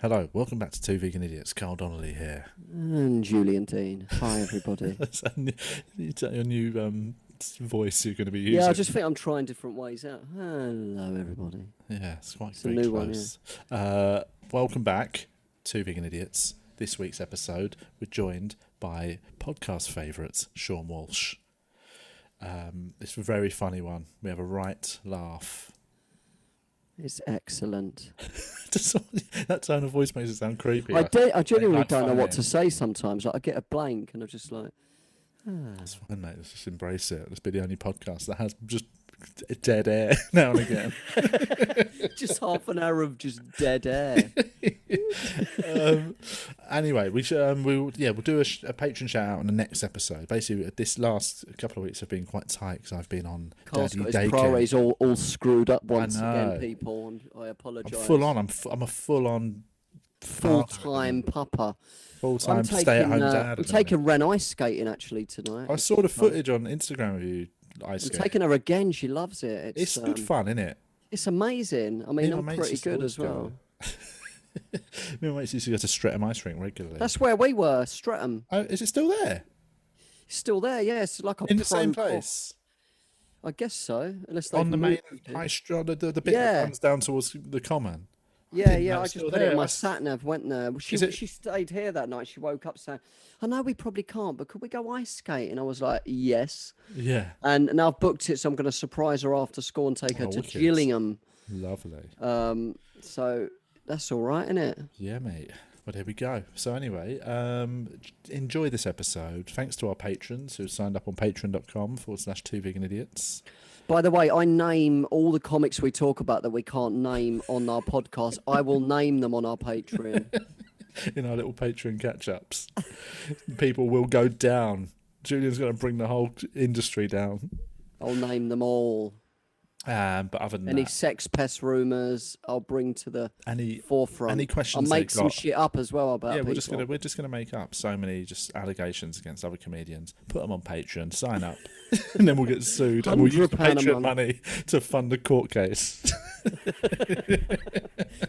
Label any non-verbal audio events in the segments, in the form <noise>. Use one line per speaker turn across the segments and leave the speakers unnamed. Hello, welcome back to Two Vegan Idiots. Carl Donnelly here. <laughs>
And Julian Dean. Hi, everybody.
That's a new, is that your new um, s- voice you're going to be using.
yeah, I just think I'm trying different ways out. Hello, everybody.
Yeah, it's quite
a
very
new one,
close. uh, welcome back, Two Vegan Idiots. This week's episode, we're joined by podcast favourite Sean Walsh. Um, it's a very funny one. We have a right laugh. <laughs>
It's excellent.
Just- that tone of voice makes it sound creepy.
I, de- I genuinely
like
don't know what
phone
to say sometimes. Like, I get a blank and I'm just like,
It's fine, mate. Let's just embrace it. Let's be the only podcast that has just dead air <laughs> now and again.
<laughs> just half an hour of just
<laughs>
dead air.
um, anyway, we should, um, we will- yeah we'll do a, sh- a patron shout out on the next episode. Basically, uh, this last couple of weeks have been quite tight because I've been on
Carl's got
daddy
his
daycare.
priorities all, all screwed up once
know.
again, people. And I
I'm
apologise.
full on. I'm f- I'm a full on
Full time papa.
full
I'm
time
taking,
stay at home
uh,
dad. at
I'm
the minute.
taking Ren ice skating actually tonight.
I saw the footage on Instagram of you ice
I'm
skating.
taking her again. She loves it.
It's
It's,
good
um,
fun, isn't it?
It's amazing. I mean,
Yeah,
I'm
my mates
pretty
used to
good
always
as
go
well.
Me and my mates used to go to Streatham ice rink regularly.
That's where we were, Streatham.
Oh, is it still there?
Still there, yeah. It's like a
In the same
pro-
place?
I guess so, unless they
on the main high street, the, the bit
Yeah.
that comes down towards the common.
Yeah,
that
yeah. I
was
just
still
put it
there.
in my
That's-
sat nav. Went there. Well, She
Is it-
she stayed here that night. She woke up saying, "I know we probably can't, but could we go ice skating?" I was like, "Yes."
Yeah.
And now I've booked it, so I'm going to surprise her after school and take her
Oh,
to
wicked.
Gillingham.
Lovely.
Um, so that's all right, isn't it?
Yeah, mate. Well, there we go. So, anyway, um, enjoy this episode. Thanks to our patrons who signed up on patreon.com forward slash two vegan idiots.
By the way, I name all the comics we talk about that we can't name on our podcast. I will name them on our Patreon.
in our little Patreon catch ups. <laughs> People will go down. Julian's going to bring the whole industry down.
I'll name them all.
Um, but other than
Any
that,
sex pest rumors, I'll bring to the
any.
forefront.
any questions
I'll
they've
make some
got?
shit up as well
Yeah,
about people.
we're just gonna we're just gonna make up so many just allegations against other comedians. Put them on Patreon, sign up, <laughs> and then we'll get sued, and we'll use the
£100 a
Patreon
month.
money to fund the court case.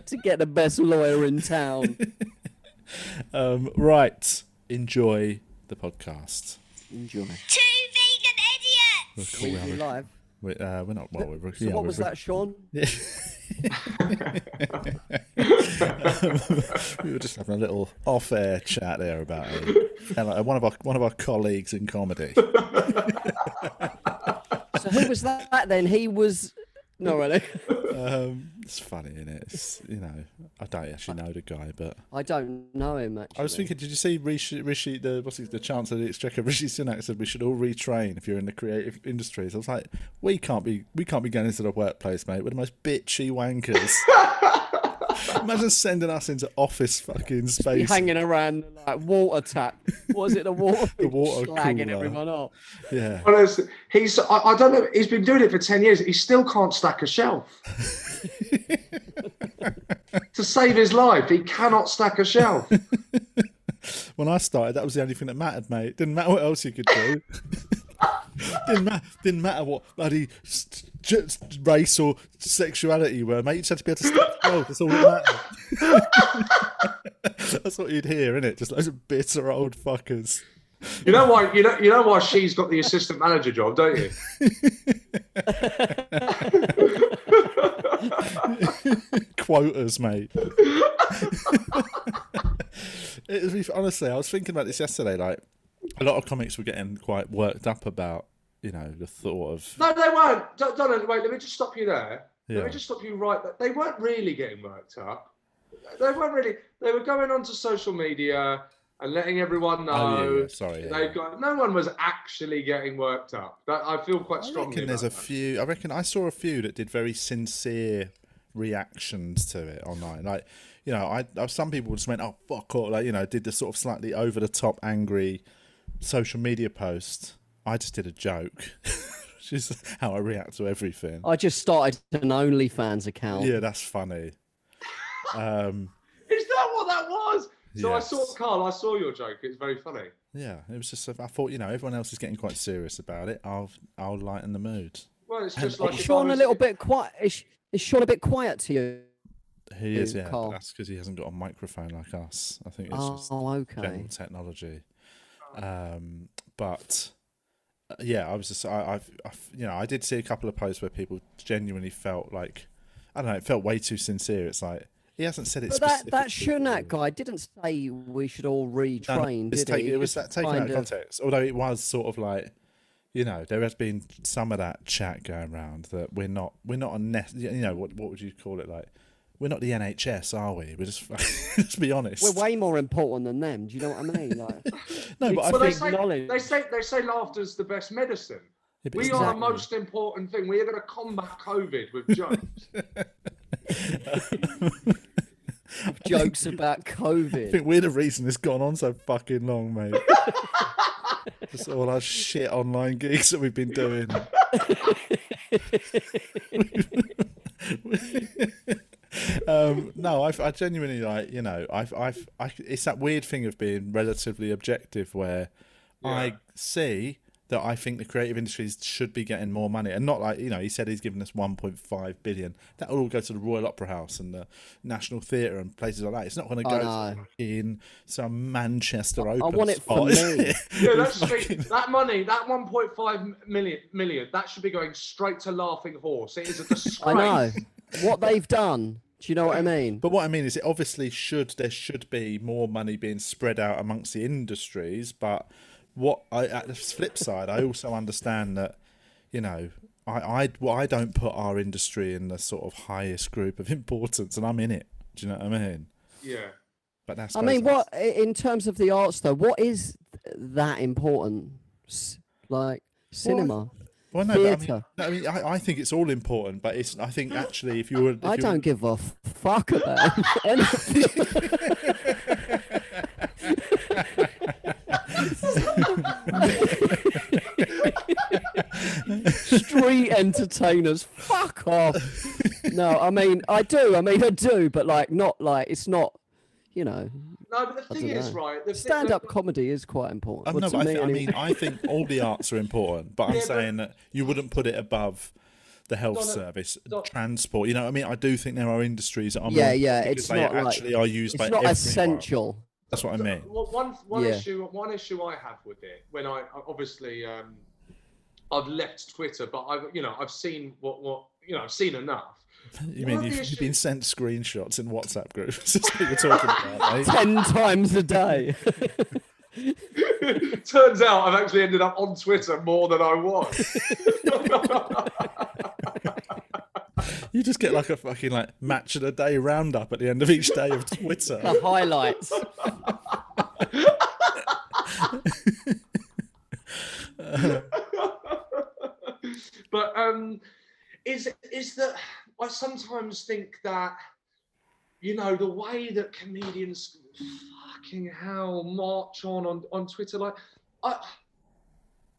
to get the best lawyer
<laughs>
in town.
Um, right, enjoy the podcast.
Enjoy.
Two vegan idiots!
We're,
We we live.
we're, uh, we're not. Well, we're,
So
yeah,
what
we're
was that, Sean?
<laughs> we were just having a little off-air chat there about
<laughs>
um, and, uh, one of our one of our colleagues in comedy.
So who was that <laughs> then? He was. No, really.
Um, it's funny, isn't it? It's, you know, I don't actually know the guy, but
<laughs> I don't know him actually.
I was thinking, did you see Rishi, Rishi the what's his, the Chancellor of the Exchequer, <laughs> Rishi Sunak said we should all retrain if you're in the creative industries. I was like, we can't be we can't be going into the workplace, mate. We're the most bitchy
<laughs>
wankers. Imagine sending us into office fucking
Be
space.
hanging around like water tap. Was it the water?
<laughs> The water
<laughs> slagging
cooler.
everyone off.
Yeah.
Honestly, he's I, I don't know. He's been doing it for ten years. He still can't stack a shelf.
<laughs>
to save his life, he cannot stack a shelf.
When I started, that was the only thing that mattered, mate. Didn't matter what else you could do. didn't, ma- didn't matter what bloody s- j- race or sexuality you were, mate. You just had to be able to stop the world. That's all that mattered. <laughs> That's what you'd hear, innit? Just loads of bitter old fuckers. <laughs>
You know why? You know you know why she's got the assistant manager job,
<laughs>
don't you?
Quotas, mate. <laughs> it was, honestly, I was thinking about this yesterday. Like, a lot of comics were getting quite worked up about, you know, the thought of
No, they weren't. Don't, don't, wait, let me just stop you there. Let
Yeah.
me just stop you right there. They weren't really getting worked up. They weren't really. They were going onto social media and letting everyone know.
Oh, yeah, yeah, sorry, yeah,
They've
yeah.
got no one was actually getting worked up. That I feel quite
I
strongly.
reckon there's a
about that.
few. I reckon I saw a few that did very sincere reactions to it online. Like, you know, I, I some people just went, "Oh fuck," or like, you know, did the sort of slightly over the top angry social media post. I just did a joke, <laughs> which is how I react to everything.
I just started an OnlyFans account.
Yeah, that's funny. Um,
Is that what that was? So I saw
Yes.
Carl. I saw your joke. It's very funny.
yeah, it was just. I thought, you know, everyone else is getting quite serious about it. I'll I'll lighten the mood.
Well, it's just
And
like
Is
if I
Sean a
was-
little bit quiet. Is, is Sean a bit quiet to you?
He is,
Who,
yeah. but
Carl?
That's because he hasn't got a microphone like us. I think it's just
Oh, okay.
general technology. Um, but uh, yeah, I was just I, I've, I've you know I did see a couple of posts where people genuinely felt like I don't know, it felt way too sincere. It's like he hasn't said it.
But that that
specifically.
Shunak guy didn't say we should all
No, no,
retrain,
it's
did
take-
he?
It was that
Just
taken out
kind
of
of-
context. Although it was sort of like, you know, there has been some of that chat going around that we're not we're not a nest. You know what what would you call it like? We're not the NHS, are we? We're just <laughs> let's be honest.
We're way more important than them. Do you know what
<laughs>
I mean? Like,
no, but I
Well, they
think
say,
acknowledge-
they say they say laughter's the best medicine.
Yeah, but
We
it's-
are the most important thing. We are going to combat COVID with
<laughs>
jokes.
jokes about
I
COVID.
think we're the reason it's gone on so fucking long, mate. Just all our shit online gigs that we've been doing. um, no, I've, I genuinely like you know I've I've I, it's that weird thing of being relatively objective where I
Yeah.
see that I think the creative industries should be getting more money and not like you know he said he's given us 1.5 billion that will all go to the Royal Opera House and the National Theatre and places like that it's not going to
I
go
know.
in some Manchester
I
open
want it for
spot. <laughs>
me.
Yeah, that's straight, that money, that 1.5 million, million, that should be going straight to Laughing Horse. It is
<laughs>
a
I
disgrace.
know what they've done. Do you know what I mean?
But what I mean is, it obviously should there should be more money being spread out amongst the industries. But what I at the flip side, I also understand that you know I I well, I don't put our industry in the sort of highest group of <laughs> importance, and I'm in it. Do you know what I mean?
Yeah.
But that's
I mean, what i- in terms of the arts though? What is th- that important? S- Like cinema?
well, no, but
theatre.
I mean, no, I, mean I, I think it's all important, but it's I think actually if you were if
I
you
don't
were,
give a f- fuck about anything. Street entertainers, fuck off. No, I mean, I do. I mean, I do, but like, not like it's not. You know,
No, but the
I
thing
dunno.
is, right? The thi-
stand-up
the-
comedy is quite important.
Um,
Well,
no,
to
but I,
me
th- I
anyway.
mean, I think all the arts are important, but I'm
Yeah, but-
saying that you wouldn't put it above the health
Donna-
service, uh,
Don-
transport. You know, what I mean, I do think there are industries that are
Yeah,
more
yeah,
because
it's
they
not like-
actually are used
it's
by
not
everyone.
essential.
That's what I mean.
Well, one one
Yeah.
issue one issue I have with it when I I- obviously um, I've left Twitter, but I've you know I've seen what what you know I've seen enough. <laughs>
You
One
mean
of the
you've, you've been
issues-
sent screenshots in WhatsApp groups? <laughs> That's what you're talking
<laughs>
about, mate.
Ten times a day.
Turns out I've actually ended up on Twitter more than I was.
You just get like a fucking like match of the day roundup at the end of each day of
<laughs>
Twitter.
the highlights.
<laughs> but um, is is that I sometimes think that you know the way that comedians fucking hell march on on, on Twitter like I.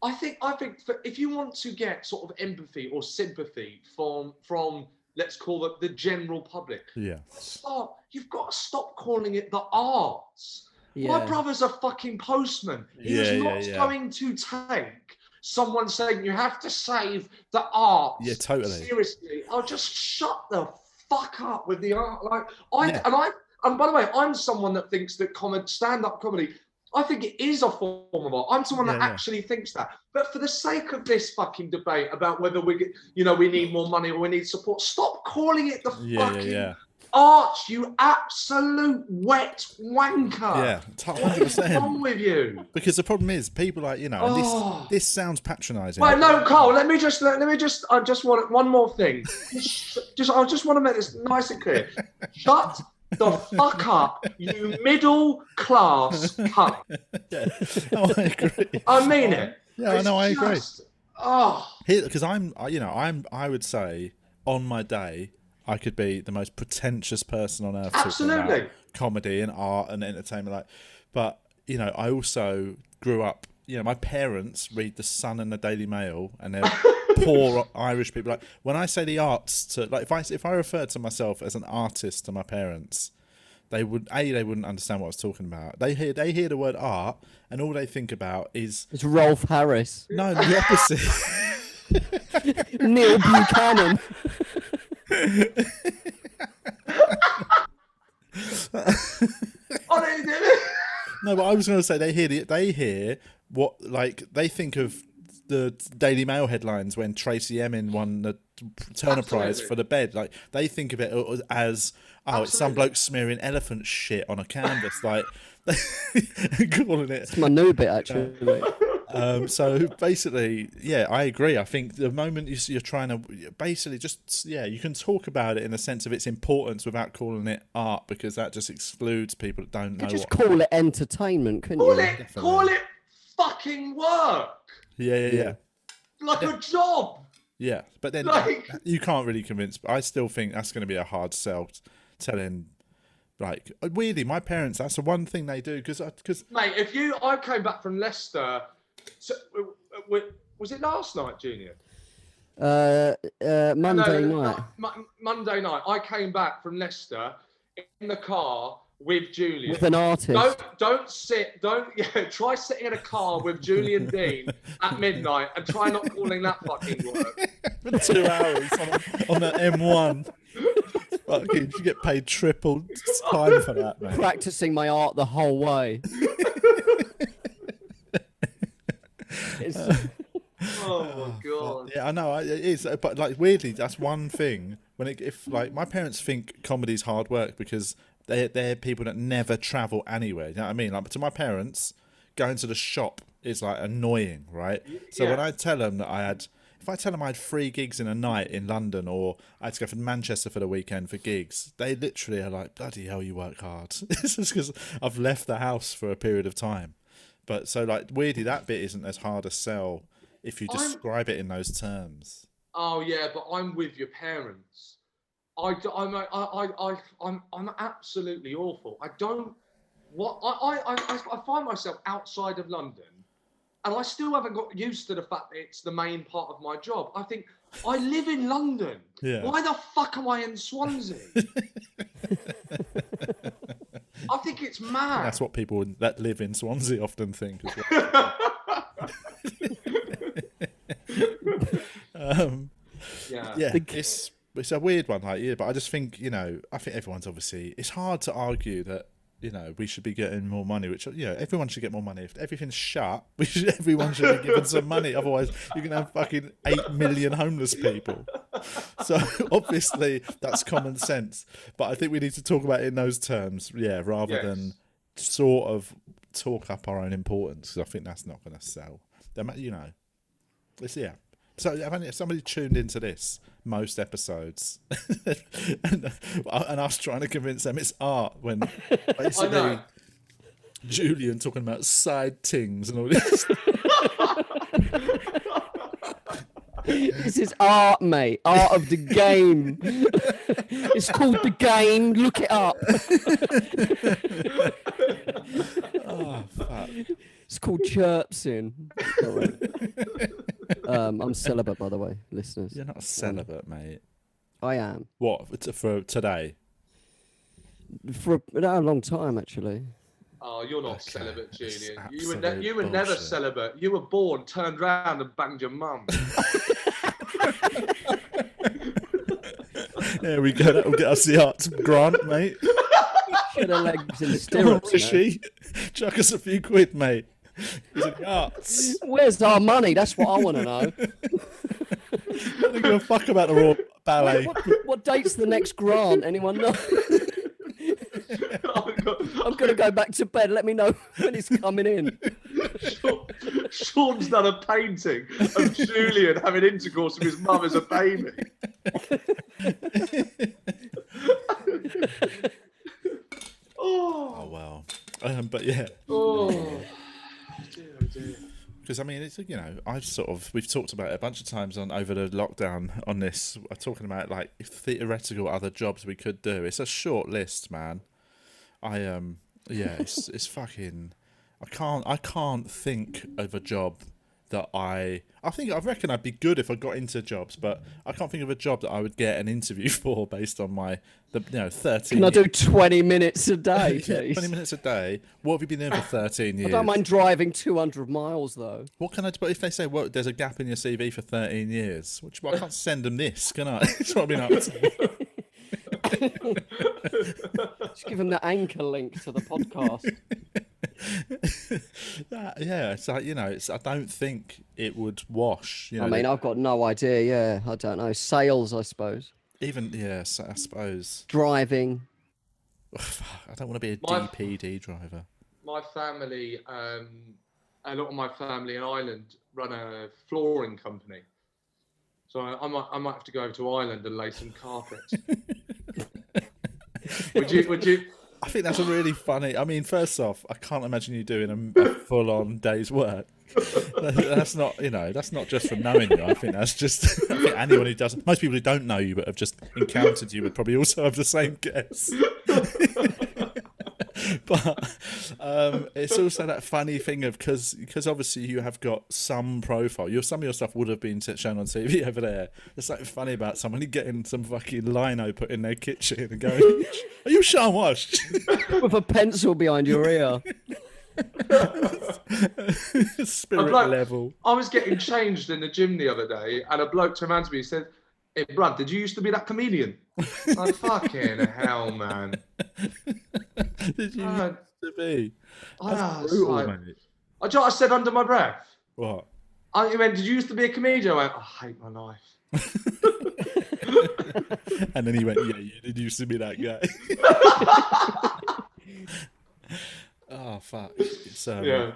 I think I think for, if you want to get sort of empathy or sympathy from from let's call it the general public,
Yeah.
stop. You've got to stop calling it the arts. My
Yeah.
brother's a fucking postman. He
Yeah,
is
yeah,
not
yeah.
going to take someone saying you have to save the arts.
Yeah, totally.
Seriously, I'll just shut the fuck up with the art. Like I
Yeah.
and I and by the way, I'm someone that thinks that comment stand-up comedy. I think it is a form of art. I'm someone that
Yeah, yeah.
actually thinks that. But for the sake of this fucking debate about whether we, you know, we need more money or we need support, stop calling it the
Yeah, yeah,
fucking
yeah.
Arch, you absolute wet wanker.
Yeah, t-
What's
100%.
<laughs>
wrong with you?
Because the problem is, people like, you know, and
Oh.
this, this sounds patronising.
Right, no, Carl. Let me just let, let me just I just want one more thing. Just, just I just want to make this nice and clear. Shut the fuck up, you middle class cunt.
<laughs> Yeah. No, Oh, I agree.
I mean it.
Yeah, I
It's
know, I agree.
just- Oh,
because I'm, I- you know, I'm, I would say on my day, I could be the most pretentious person on earth. talking
Absolutely.
about comedy and art and entertainment, like, but you know, I also grew up. You know, my parents read the Sun and the Daily Mail, and they're poor Irish people. Like when I say the arts to, like, if I if I refer to myself as an artist to my parents, they would a they wouldn't understand what I was talking about. They hear they hear the word art, and all they think about is
It's Rolf Harris,
no the opposite. <laughs>
Neil Buchanan.
No, but I was going to say they hear the, they hear what like they think of the Daily Mail headlines when Tracy Emin won the Turner Prize
Absolutely.
for the bed. Like they think of it as oh, it's some
Absolutely.
bloke smearing elephant shit on a canvas, like <laughs> calling it.
It's my new bit actually.
Um, so basically, yeah, I agree. I think the moment you- you're trying to basically just yeah, you can talk about it in the sense of its importance without calling it art because that just excludes people that don't know.
Could just
what,
call it entertainment, couldn't
Call
you?
it, call it fucking work,
yeah, yeah, yeah,
like a job.
yeah. But then
Like-
you can't really convince. I still think that's going to be a hard sell. t- Telling like uh, weirdly, my parents. That's the one thing they do because because
Mate, if you, I came back from Leicester. So, w- w- was it last night, Junior?
Uh, uh, Monday
no,
night.
Mon- Monday night, I came back from Leicester in the car with Julian.
With an artist.
don't don't sit. Don't <laughs> yeah. Try sitting in a car with Julian Dean at midnight and try not calling that
<laughs>
fucking work.
for two hours on, a- on the M1. Fucking, you get paid triple time for that, man.
Practicing my art the whole
<laughs>
way. It's-
Oh my god.
Yeah, I know I- it is, uh, but like weirdly, that's one thing. When it, if like my parents think comedy's hard work because they they're people that never travel anywhere. You know what I mean? Like to my parents, going to the shop is like annoying, right? So when
yeah.
I tell them that I had, if I tell them I had three gigs in a night in London or I had to go from Manchester for the weekend for gigs, they literally are like, bloody hell, you work hard. <laughs> this is because I've left the house for a period of time. But so like weirdly, that bit isn't as hard a sell if you
I'm-
describe it in those terms.
Oh yeah, but I'm with your parents. I, d- I'm, I, I, I, I'm, I'm absolutely awful. I don't. What I, I, I, I find myself outside of London, and I still haven't got used to the fact that it's the main part of my job. I think I live in London.
Yeah.
Why the fuck am I
<laughs>
in Swansea? I think it's mad.
That's what people in- that live in Swansea often think. As well. <laughs> um,
yeah.
yeah, it's it's a weird one, like yeah. But I just think you know, I think everyone's obviously. It's hard to argue that you know we should be getting more money, which you know everyone should get more money. If everything's shut, <laughs> we should everyone should be given some money. Otherwise, you're gonna have fucking eight million homeless people. <laughs> So obviously that's common sense, but I think we need to talk about it in those terms, yeah, rather
Yes.
than sort of talk up our own importance. 'cause I think that's not going to sell. The ma- You know, it's yeah. So have any- if somebody tuned into this most episodes, <laughs> and, uh, and us trying to convince them it's art when
<laughs> I
basically
know.
Julian talking about side tings and all
<laughs>
this.
This is art, mate. Art of the
<laughs>
game. it's called the game. Look it up.
oh fuck!
It's called chirpsing. Sorry. um, I'm celibate, by the way, listeners.
You're not celibate, mate.
I am
What for- for today?
for a, no, a long time actually.
<laughs>
Oh, you're not
Okay,
celibate,
that's
Julian. You were, ne-
absolute
you were never
bullshit.
celibate. You were born, turned round, and banged your mum.
There we go. That'll get us the arts grant, mate.
Should have legs in
Come on,
stirrups. you know.
Rishi. Chuck us a few quid, mate. He's in the arts.
Where's our money? That's what I want to know.
I don't give a fuck about the Royal Ballet.
what, what date's the next grant? Anyone know? <laughs>
Oh, God.
I'm gonna go back to bed. Let me know <laughs> when it's coming in.
Sean- Sean's done a painting of Julian having intercourse with his mum as a baby.
Oh,
oh,
well. Um, but yeah,
oh. Dear, oh dear.
because I mean, it's you know, I've sort of we've talked about it a bunch of times on over the lockdown on this, uh, talking about like theoretical other jobs we could do. It's a short list, man. I um, yeah,
<laughs>
it's it's fucking. I can't I can't think of a job that I I think I reckon I'd be good if I got into jobs, but I can't think of a job that I would get an interview <laughs> for based on my the you know thirteen.
Can I do
years-
20 minutes a day,
<laughs> Yeah, twenty
please?
minutes a day? What have you been doing for thirteen years?
Don't mind driving 200 miles though.
What can I do? But if they say, well, there's a gap in your CV for 13 years, which well, I can't send them this, can I? <laughs> That's what I've been up to. <laughs>
Just give them the anchor link to the podcast.
that, yeah, it's like you know, it's I don't think it would wash. You know,
I mean, I've got no idea. Yeah, I don't know. Sales, I suppose.
even yeah, so I suppose <sighs>
Driving.
I don't want to be a
My-
DPD driver.
my family, um, a lot of my family in Ireland run a flooring company. So I, I might, I might have to go over to Ireland and lay some carpet. would you? Would you?
I think that's a really funny. I mean, first off, I can't imagine you doing a, a full-on day's work. That- That's not, you know, that's not just from knowing you. I think that's just I think anyone who doesn't. Most people who don't know you but have just encountered you would probably also have the same guess. <laughs> but um, it's also that funny thing of because obviously you have got some profile. Your some of your stuff would have been t- shown on TV <laughs> over there. There's something funny about somebody getting some fucking lino put in their kitchen and going, "Are you Sean Wash?"
With a pencil behind your ear.
<laughs> Spirit
like-
level. <laughs>
I was getting changed in the gym the other day, and a bloke turned around to me and said, "Hey, Brad, did you used to be that comedian?"
<laughs>
I'm fucking hell, man.
Did you
Uh,
used to be?
I,
That's
was
brutal,
like-
mate.
I, do you know what I said under my breath.
What?
I, he went, "Did you used to be a comedian?" I went, "I hate my life."
And then he went, "Yeah, you did used to be that guy." <laughs> oh fuck! It's, um,
Yeah.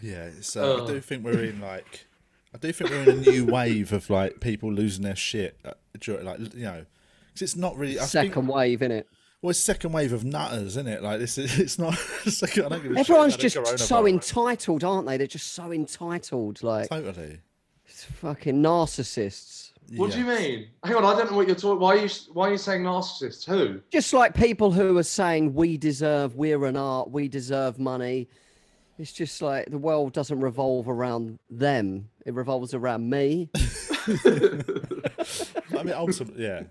Yeah, so
Oh.
I do think we're in like, I do think we're in a new wave of like people losing their shit. uh, During, like you know, 'cause it's not really <laughs> I think-
Second wave, innit?
well, it's second wave of nutters, isn't it? Like this is <laughs> it's not. It's like, I don't give a shit
Everyone's
about
just
the
so
coronavirus.
entitled, aren't they? They're just so entitled. Like,
Totally.
it's fucking narcissists.
What do you mean? Hang on, I don't know what you're talking. Why are you? Why are you saying narcissists? Who?
Just like people who are saying, we deserve, we're an art, we deserve money. It's just like the world doesn't revolve around them, it revolves around me.
I mean, ultimately, yeah.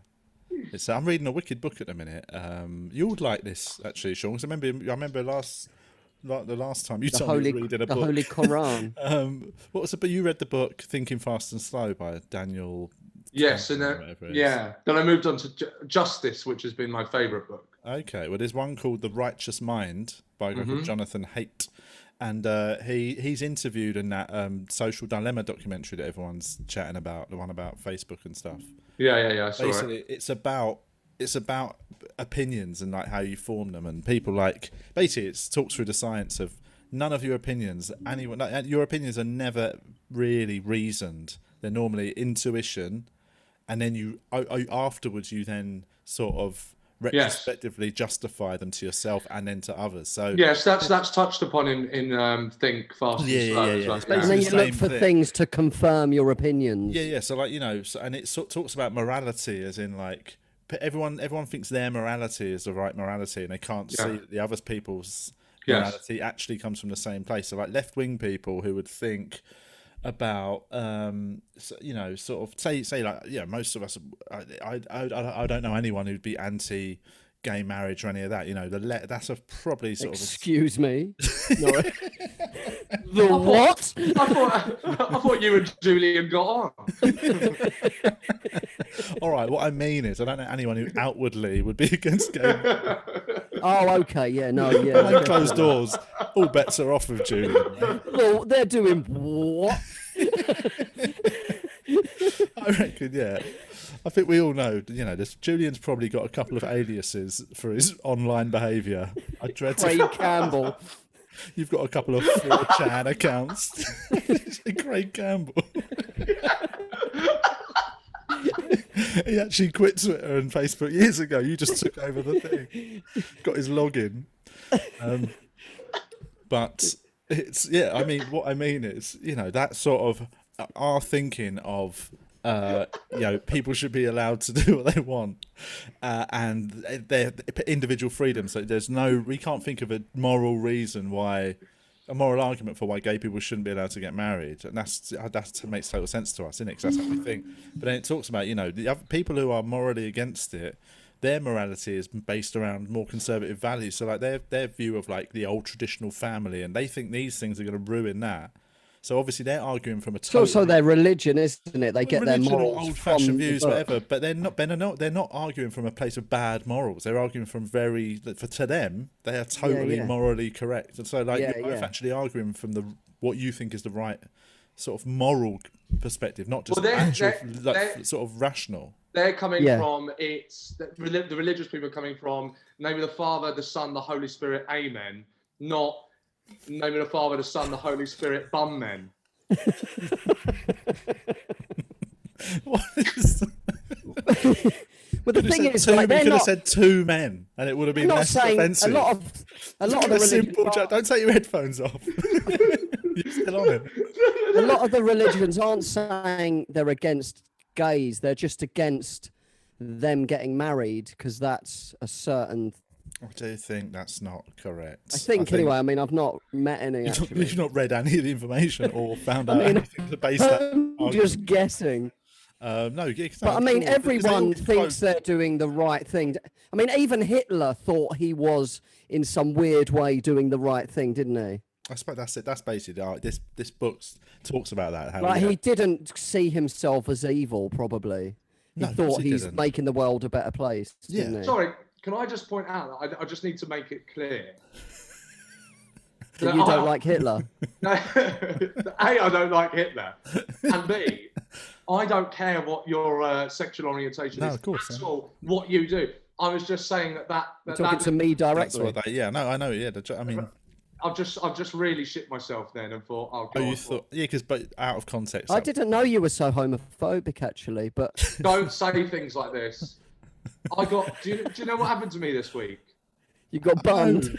It's, I'm reading a wicked book at the minute. Um, you would like this actually, Sean. 'cause I remember, I remember last, like the last time you
The
told
Holy,
me you reading a
the
book. <laughs>
Holy Quran.
um, what was it? But you read the book "Thinking Fast and Slow" by Daniel.
Yes, and
Thompson or
then
whatever it is.
yeah. Then I moved on to Ju- Justice, which has been my favourite book.
Okay, well, there's one called "The Righteous Mind" by a guy
Mm-hmm.
called Jonathan Haidt, and uh, he he's interviewed in that um, social dilemma documentary that everyone's chatting about, the one about Facebook and stuff.
Yeah, yeah, yeah. I saw it.
basically it's about it's about opinions and like how you form them and people like basically it's talks through the science of none of your opinions anyone like, your opinions are never really reasoned they're normally intuition and then you o- o- afterwards you then sort of retrospectively justify them to yourself and then to others so
Yes, that's that's touched upon in in um, Think Fast
Yeah,
and
yeah,
Slow.
yeah,
as
yeah.
well,
It's
yeah.
and then
the
you look
same
for
thing.
things to confirm your opinions.
Yeah, yeah. So like you know, so, and it sort talks about morality, as in like p- everyone everyone thinks their morality is the right morality, and they can't
Yeah.
see that the other people's
Yes.
morality actually comes from the same place. So like left wing people who would think about um so, you know sort of say say like yeah most of us I, I I I don't know anyone who'd be anti gay marriage or any of that you know the le- that's a probably sort of a
Excuse
<laughs>
me. No. the what?
I thought I thought you and Julian got on.
all right what i mean is i don't know anyone who outwardly would be <laughs> against gay marriage.
Oh, okay. Yeah, no,
<laughs>
yeah.
behind
okay.
closed doors, all bets are off with Julian.
Well, they're doing what?
I reckon, yeah. I think we all know, you know, this Julian's probably got a couple of aliases for his online behaviour. I dread to,
Craig Campbell.
<laughs> you've got a couple of 4chan accounts. <laughs> Craig Campbell. <laughs> he actually quit Twitter and Facebook years ago. You just took over the thing. Got his login. Um, but it's yeah i mean what i mean is you know that sort of uh, our thinking of uh you know people should be allowed to <laughs> do what they want uh, and their individual freedom so there's no we can't think of a moral reason why a moral argument for why gay people shouldn't be allowed to get married and that's that makes total sense to us isn't it 'Cause that's how we think but then it talks about you know the other people who are morally against it their morality is based around more conservative values. So like their their view of like the old traditional family, and they think these things are going to ruin that. So obviously they're arguing from a
It's also
totally-
their religion, isn't it? They get their
religion or
morals
old-fashioned
from the
views,
book.
whatever. But they're not. They're not. They're not arguing from a place of bad morals. They're arguing from very. For to them, they are totally
yeah.
morally correct. And so, like,
Yeah,
you're both
yeah.
actually arguing from the what you think is the right sort of moral perspective, not just
Well, they're-
actual,
they're-
like,
they're-
sort of rational. <laughs>
They're coming
Yeah.
from it's the, reli- the religious people are coming from name of the Father, the Son, the Holy Spirit, Amen. Not name of the Father, the Son, the Holy Spirit, bum men.
What is?
But the
Could have
thing
said
is,
two-
like,
we
they're
could have
not,
said two men, and it would have
they're
been
not
less
saying
offensive.
a lot of
<laughs>
a lot
Give
of the
a
religion,
simple joke. Don't take your headphones off. <laughs> You're still
<laughs>
on it.
a lot of the religions aren't saying they're against gays. They're just against them getting married because that's a certain.
I do think that's not correct.
I think, anyway. I mean, I've not met any.
You've not,
Actually.
you've not read any of the information or found out
mean,
anything to base that.
<laughs> I'm
on.
just guessing.
um, no, yeah, 'cause
But I
they
mean,
all- 'cause they all
everyone
quote-
thinks they're doing the right thing. I mean, even Hitler thought he was, in some weird way, doing the right thing, didn't he?
I suppose that's it. That's basically uh, this. This book s- talks about that. How
Like,
yeah,
he didn't see himself as evil, probably. He
No, of course
thought
he
he's
didn't.
making the world a better place.
Yeah.
Didn't he?
Sorry, can I just point out? that I, I just need to make it clear.
That you
I-
don't
<laughs>
like Hitler.
No, A, I don't like Hitler, and B, I don't care what your uh, sexual orientation
No,
is.
of course,
at
yeah.
all, what you do. I was just saying that that, that,
Talking
that-
to me
that's
directly.
what they. Yeah, no, I know. Yeah, the, jo- I mean,
I've just I've just really shit myself then and thought, oh
oh,
god,
you thought? Yeah, because but out of context,
I
that-
didn't know you were so homophobic, actually. But
<laughs>
don't say things like this. I got. Do you, do you know what happened to me this week? <laughs>
<laughs>
you got banned.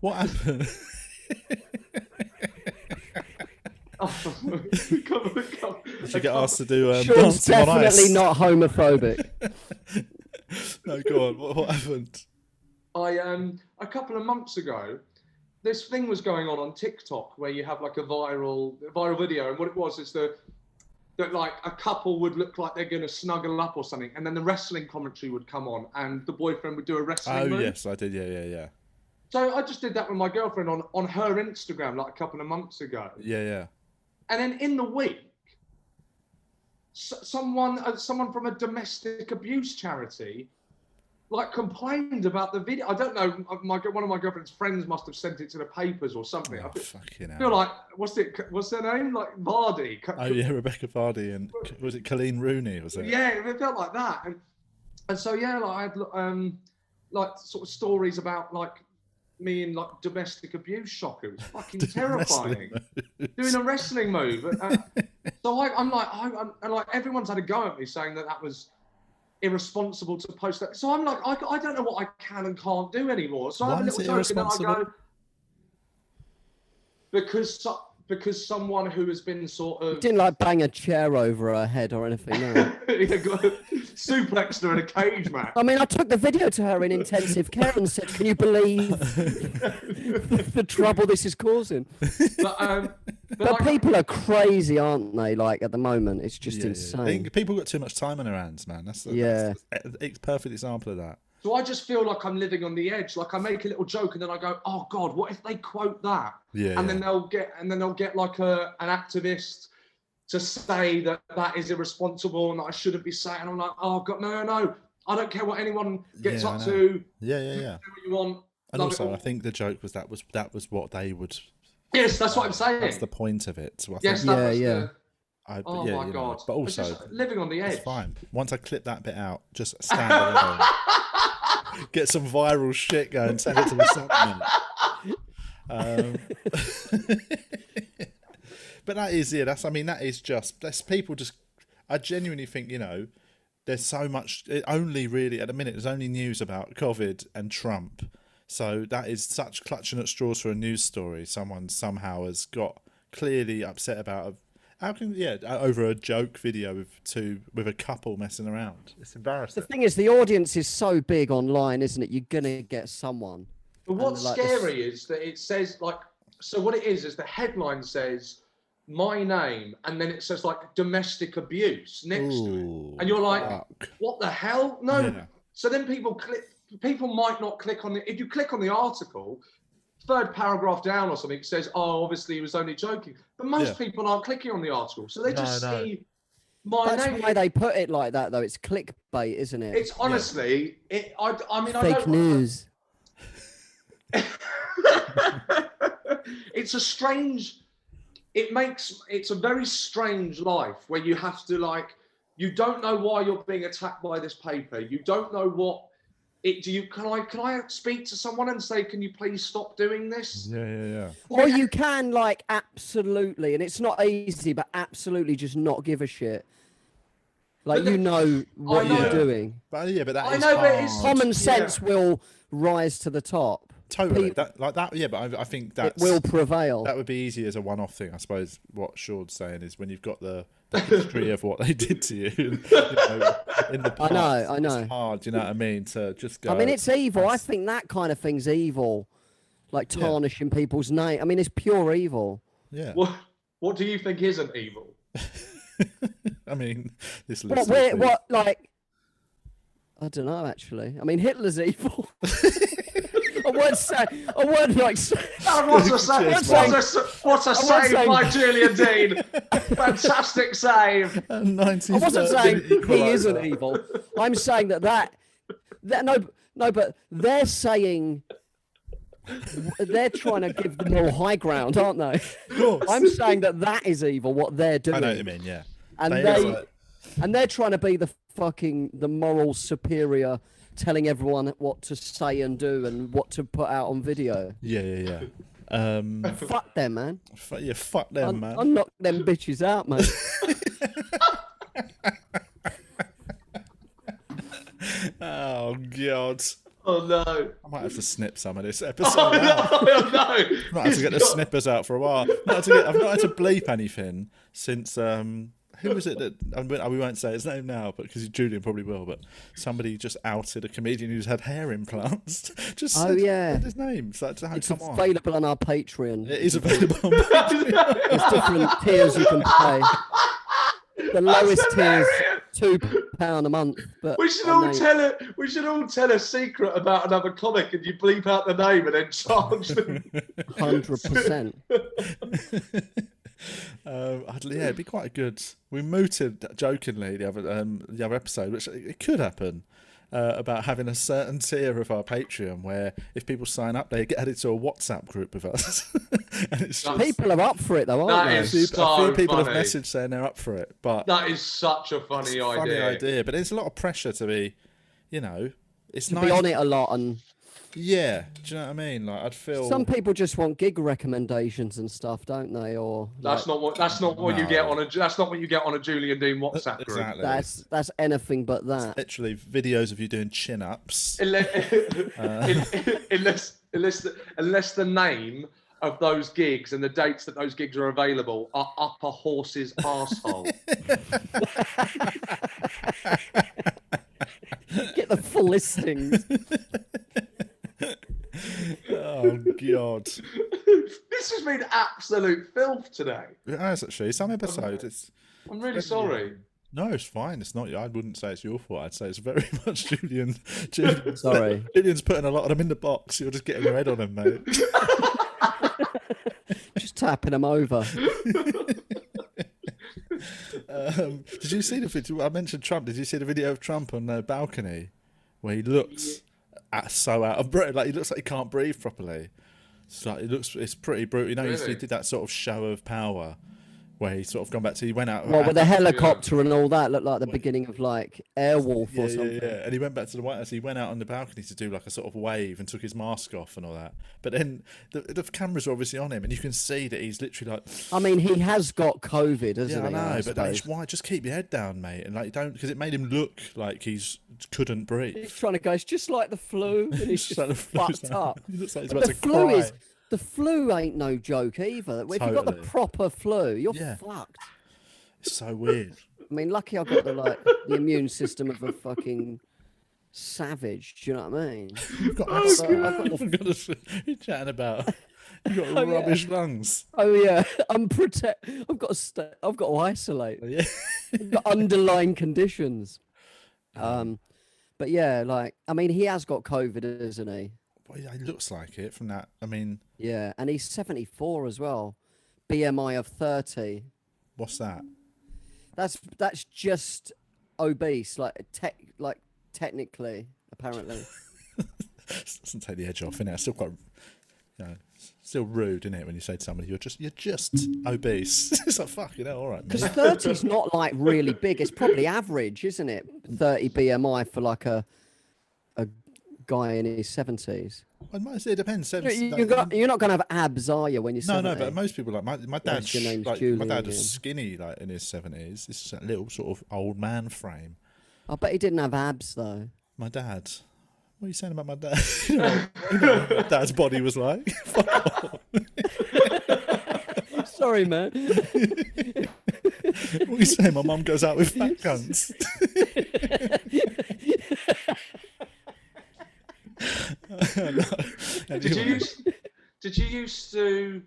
What
<laughs>
happened?
Oh, come, come,
Did you get asked to do um,
Sean's
dancing on ice?
definitely not homophobic.
<laughs> No, go on. What, what happened?
I um a couple of months ago, this thing was going on on TikTok where you have like a viral viral video, and what it was is the that like a couple would look like they're gonna snuggle up or something, and then the wrestling commentary would come on, and the boyfriend would do a wrestling
Oh
move.
yes, I did. Yeah, yeah, yeah,
So I just did that with my girlfriend on on her Instagram like a couple of months ago,
yeah, yeah.
and then in the week. s- Someone, uh, someone from a domestic abuse charity like complained about the video. I don't know. My one of my girlfriend's friends must have sent it to the papers or something. I
Oh,
feel,
fucking
feel
hell.
like what's it? What's their name? Like Vardy. Co-
Oh yeah, Rebecca Vardy and was it Colleen Rooney? Was it?
yeah, it felt like that. And and so yeah, like I had um like sort of stories about like me and like domestic abuse shock. It was
<laughs>
fucking terrifying. Doing a wrestling move. Uh,
<laughs>
so I, I'm like, I, I'm, and like everyone's had a go at me saying that that was irresponsible to post that. So I'm like, I, I don't know what I can and can't do anymore. So I have
Why
a
is
little
it
joke and then I go
irresponsible?
because so, because someone who has been sort of
Didn't like bang a chair over her head or anything. No.
<laughs> Yeah, got suplexed her in a cage match.
I mean, I took the video to her in intensive care and said, "Can
<laughs>
you believe the trouble this is causing?"
But, um, but,
But
like,
people are crazy, aren't they? Like at the moment, it's just
Yeah, yeah, yeah. I
insane.
think people got too much time on their hands, man. That's the,
Yeah.
that's the- it's a perfect example of that.
so I just feel like I'm living on the edge. Like I make a little joke and then I go, "Oh God, what if they quote that?"
Yeah,
and
yeah.
then they'll get and then they'll get like a an activist to say that that is irresponsible and that I shouldn't be saying. I'm like, "Oh God, no, no, no! I don't care what anyone gets
Yeah, I
up
know.
to. Do
yeah, yeah, yeah.
what you want."
And
love it
also,
all."
I think the joke was that was that was what they would.
yes, that's what I'm saying.
That's the point of it. So I
yes,
think,
that
Yeah,
was
yeah.
The,
I, but
oh
yeah,
my
you know,
God!
but
It's
also,
just living on the edge.
it's fine. Once I clip that bit out,
<laughs>
just stand alone. Get some viral shit going. Send it to the
<laughs>
supplement. Um, but that is yeah. That's I mean that is just that's people just. I genuinely think you know. There's so much. It only really at the minute there's only news about COVID and Trump. So that is such clutching at straws for a news story. Someone somehow has got clearly upset about a, how can yeah uh, over a joke video with two with a couple messing around. It's embarrassing.
The thing is, the audience is so big online, isn't it? You're gonna get someone.
But what's
like this-
scary is that it says like so what it is is the headline says my name and then it says like domestic abuse next to it.
Ooh,
And you're like,
fuck.
What the hell? No.
Yeah.
So then people click people might not click on the if you click on the article, third paragraph down or something says, "Oh, obviously he was only joking," but most
Yeah.
people aren't clicking on the article, so they
No,
just
no.
see my
That's
name.
why they put it like that, though. It's clickbait, isn't it?
It's honestly, it, I, I mean, I
Fake
don't,
news.
<laughs> it's a strange it makes it's a very strange life where you have to like you don't know why you're being attacked by this paper you don't know what it do you can i can i speak to someone and say can you please stop doing this
Yeah, yeah, yeah.
Or you can, like, absolutely, and it's not easy, but absolutely just not give a shit. Like,
the-
you know what
know-
you're doing.
But yeah, but that is
I know, but it's-
hard.
Common sense will rise to the top,
totally
pe-
that like that. Yeah, but I, I think
it
that's
will prevail.
that would be easy as a one-off thing, I suppose. What Sean's saying is when you've got the, the history of what they did to you, <laughs> you know, in the
I
past,
know, I know.
It's hard, you know what I mean? To just go.
I mean, it's evil. I think that kind of thing's evil, like tarnishing people's name. I mean, it's pure evil.
yeah.
what what do you think isn't evil
I mean, <laughs> this
What,
list.
where, what, like, I don't know. Actually, I mean, Hitler's
<laughs>
evil. <laughs> I won't say. I won't like. Say,
Oh, what a save!
Cheers,
What
mate.
a, s- what a
wasn't
save
saying-
by Julian <laughs> Dean! Fantastic save!
<laughs>
I wasn't saying he isn't evil. I'm saying that that, that no no, but they're saying they're trying to give the moral high ground, aren't they? I'm saying that that is evil. What they're doing.
I know what you mean. Yeah.
and
They
they,
are-
and they're trying to be the fucking the moral superior telling everyone what to say and do and what to put out on video
Yeah, yeah, yeah. Um,
fuck them man
fu- yeah, fuck them,
i
man.
will knock them bitches out man
Oh god,
Oh no!
I might have to snip some of
<laughs>
this episode. out.
<laughs> Oh no!
I've not had to get the snippers out for a while. I've not had to, get, I've not had to bleep anything since. Um, who was it that I mean, we won't say his name now, but because Julian probably will. But somebody just outed a comedian who's had hair implants. <laughs> just
Oh,
said-
yeah.
said his name. It's like, oh,
it's
come on,
available on our patreon
<laughs> it is available.
<laughs>
on-
there's different tiers you can pay the lowest tiers
hilarious.
two pound a month but
We
Oh,
should
I
all
know-
tell a we should all tell a secret about another comic, and you bleep out the name and then
<laughs>
charge them.
100%
Um, I'd- yeah, it'd be quite a good. We mooted jokingly the other um, the other episode, which it could happen. Uh, about having a certain tier of our Patreon where if people sign up, they get added to a WhatsApp group with us. <laughs> and it's just,
people are up for it though aren't
That
they
is-
a few, a few
so
people
funny.
have messaged saying they're up for it, but
that is such a funny, idea.
funny idea. But it's a lot of pressure to be, you know, it's
to
nice.
be on it a lot and
Yeah, do you know what I mean? Like I'd feel
Some people just want gig recommendations and stuff, don't they? Or
That's
like,
not what that's not what you
No.
get on a that's not what you get on a Julian Dean WhatsApp group.
exactly.
that's that's anything but that.
literally videos of you doing chin
<laughs>
ups. Uh.
Unless, unless unless the, unless the name of those gigs and the dates that those gigs are available are up
<laughs>
a horse's asshole.
Get the full listings.
Oh god.
this has been absolute filth today.
It has actually. Some episodes it's
I'm really sorry.
no, it's fine. It's not. I wouldn't say it's your fault. I'd say it's very <laughs> much Julian. Julian
Sorry.
Julian's putting a lot of them in the box. You're just getting your head on them, mate.
just tapping them over.
Um, did you see the video? I mentioned Trump. Did you see the video of Trump on the balcony where he looks at, so out of breath? Like he looks like he can't breathe properly. It's like it looks. It's pretty brutal. You know, he- he
Really?
did that sort of show of power where he sort of gone back to. He went out.
Well, with the
out-
helicopter and all that, looked like the beginning of like Airwolf
yeah,
or
yeah,
something.
yeah. And he went back to the White House. He went out on the balcony to do like a sort of wave and took his mask off and all that. But then the, the cameras are obviously on him, and you can see that he's literally like.
I mean, he has got COVID, hasn't
Yeah, I
he?
know, but that is
suppose?
why. Just keep your head down, mate, and like don't because it made him look like he's couldn't breathe.
he's trying to go. It's just like the flu,
<laughs>
and he's
Just like the
just
flu's
fucked
now.
up.
He looks like <laughs> he's
But
about
the
to
flu
cry.
is the flu ain't no joke either. If you've got the
Totally.
proper flu, you're
Yeah.
fucked.
It's so weird.
I mean, lucky I got the like the immune system of a fucking savage. Do you know what I mean?
You've got
Oh,
so- I've got- I've got to- you're <laughs> chatting about. You've
<laughs>
got
Oh, yeah.
rubbish lungs.
Oh yeah, <laughs> I'm protect. I've got to stay. I've got to isolate.
Oh, Yeah.
I've got underlying
<laughs> Oh.
conditions. Um, but yeah, like I mean, he has got COVID, isn't he?
Well, yeah, he looks like it from that. I mean,
Yeah, and he's 74 as well. BMI of 30.
what's that?
That's that's just obese, like tech, like technically, <laughs> apparently.
doesn't take the edge off, innit? It's still quite, you know, it's still rude, innit? When you say to somebody, "You're just, you're just obese," <laughs> it's like, "Fuck, you know, all right."
Because
mate."
30 is not like really big. It's probably average, isn't it? 30 BMI for like a a guy in his 70s.
I might say it depends.
You,
Seven,
you got, you're not going to have abs, are you, when you're
no,
70?
no, but most people like my my dad,
your name's
like, my
Julian
dad
again.
was skinny, like in his seventies. This is a little sort of old man frame.
I bet he didn't have abs, though. <laughs>
My dad. What are you saying about my dad? <laughs> You know, you know what my dad's body was like. <laughs> Fuck off.
Sorry, <laughs> man.
What are you saying? My mum goes out with fat cunts. <laughs> No.
Did you
Anyway.
used, <laughs> did you used to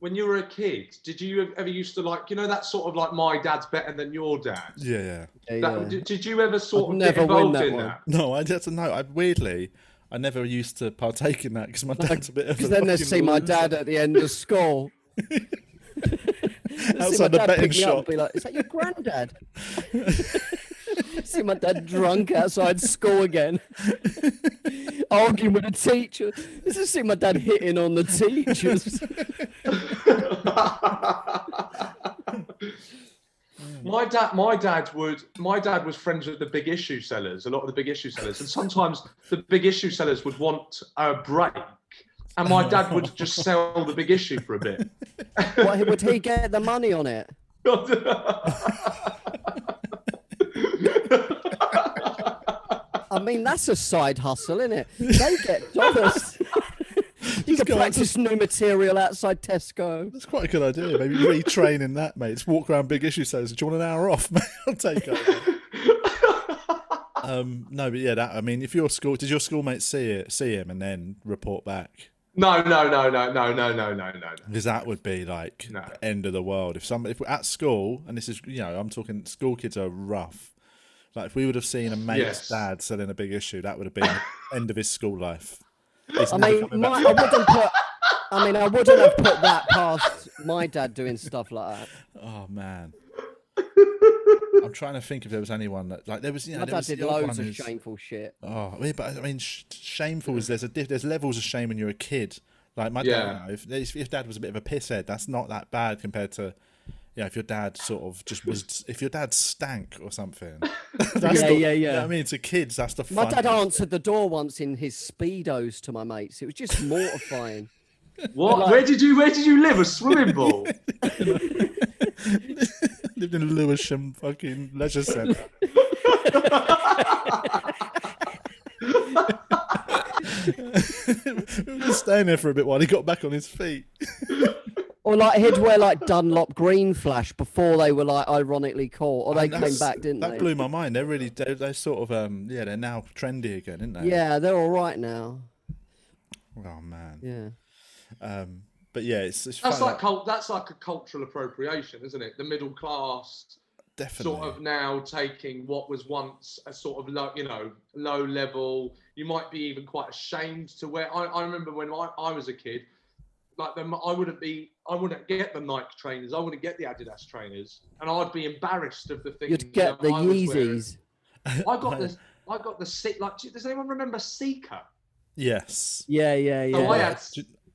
when you were a kid? Did you ever used to like you know that sort of like my dad's better than your dad?
Yeah, yeah.
Yeah,
That-
yeah.
did, did you ever sort of
I'd
get
never win
involved
that
in
one.
that?
No, I don't know. I weirdly, I never used to partake in that because
<laughs>
my dad's a bit of. a
Because then they
fucking <laughs>
see my
loser.
dad at the end
<laughs>
of school. They'd see my
Outside the
dad
betting
pick me up and
shop.
Be like, is that your granddad? <laughs> see my dad drunk outside school again, <laughs> arguing with a teacher. This is see my dad hitting on
<laughs>
the teachers.
My dad, my dad would, my dad was friends with the big issue sellers, a lot of the big issue sellers, and sometimes the big issue sellers would want a break, and my dad
<laughs>
would just sell the big issue for a bit. <laughs>
what, would he get the money on it? I mean, that's a side hustle, isn't it? They
<laughs>
get dollars. you
Just
can
go out to-
practice new material outside Tesco.
That's quite a good idea. Maybe retrain in that, mate. Just walk around big issue says, Do you want an hour off, <laughs> mate? I'll take it. um, no, but yeah, that I mean, if your school did your schoolmate see it, see him and then report back?
no, no, no, no, no, no, no, no, no.
Because that would be like
No.
the end of the world. If some if we're at school, and this is you know, I'm talking school kids are rough. Like if we would have seen a mate's
Yes.
dad selling a big issue, that would have been the end of his school life. It's
I
never
mean,
coming
my,
back.
I wouldn't put. I mean, I wouldn't have put that past my dad doing stuff
<laughs>
like that.
Oh man. I'm trying to think if there was anyone that like there was you know
My
there
dad
was
did
the odd
loads
one
of
who's-
shameful shit.
Oh, I mean, but I mean, sh- shameful is there's a diff- there's levels of shame when you're a kid. Like my dad,
Yeah.
you know, if, if if dad was a bit of a pisshead, that's not that bad compared to, you know, if your dad sort of just was, if your dad stank or something. That's
Yeah,
the-
yeah,
you know
yeah.
what I mean, to kids, that's the fun.
My dad answered the door once in his speedos to my mates. It was just mortifying.
What? where did you, where did you live?
<laughs>
A swimming pool?
lived in Lewisham fucking leisure centre. <laughs> we were just staying there for a bit while he got back on his feet.
Or like he'd wear like Dunlop Green Flash before they were like ironically cool, or they came
That's-
back, didn't
that
they?
blew my mind. They're really they're, they're sort of um yeah they're now trendy again, aren't they?
Yeah, they're all right now.
Oh man.
Yeah.
Um. But yeah, it's, it's
That's
fun,
like cult, that's like a cultural appropriation, isn't it? The middle class
definitely.
sort of now taking what was once a sort of low, you know, low level. You might be even quite ashamed to wear. I, I remember when I, I was a kid, like them, I wouldn't be, I wouldn't get the Nike trainers, I wouldn't get the Adidas trainers, and I'd be embarrassed of the things.
You'd get
that
the
I was wearing.
Yeezys.
I
<laughs>
got the, I got the Se- like. do- Does anyone remember Seeker?
yes.
Yeah, yeah,
Oh, I
yeah.
had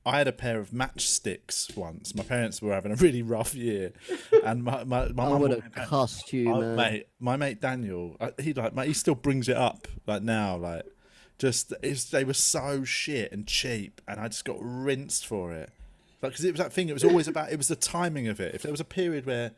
I had a pair of matchsticks once. My parents were having a really rough year, and my my my
I
mum
would
bought me a
have
pair-
cussed you,
Oh,
man.
mate, my mate Daniel, I- he like mate, he still brings it up like now, like just it's, they were so shit and cheap, and I just got rinsed for it. Like, because it was that thing. It was always about. It was the timing of it. If there was a period where,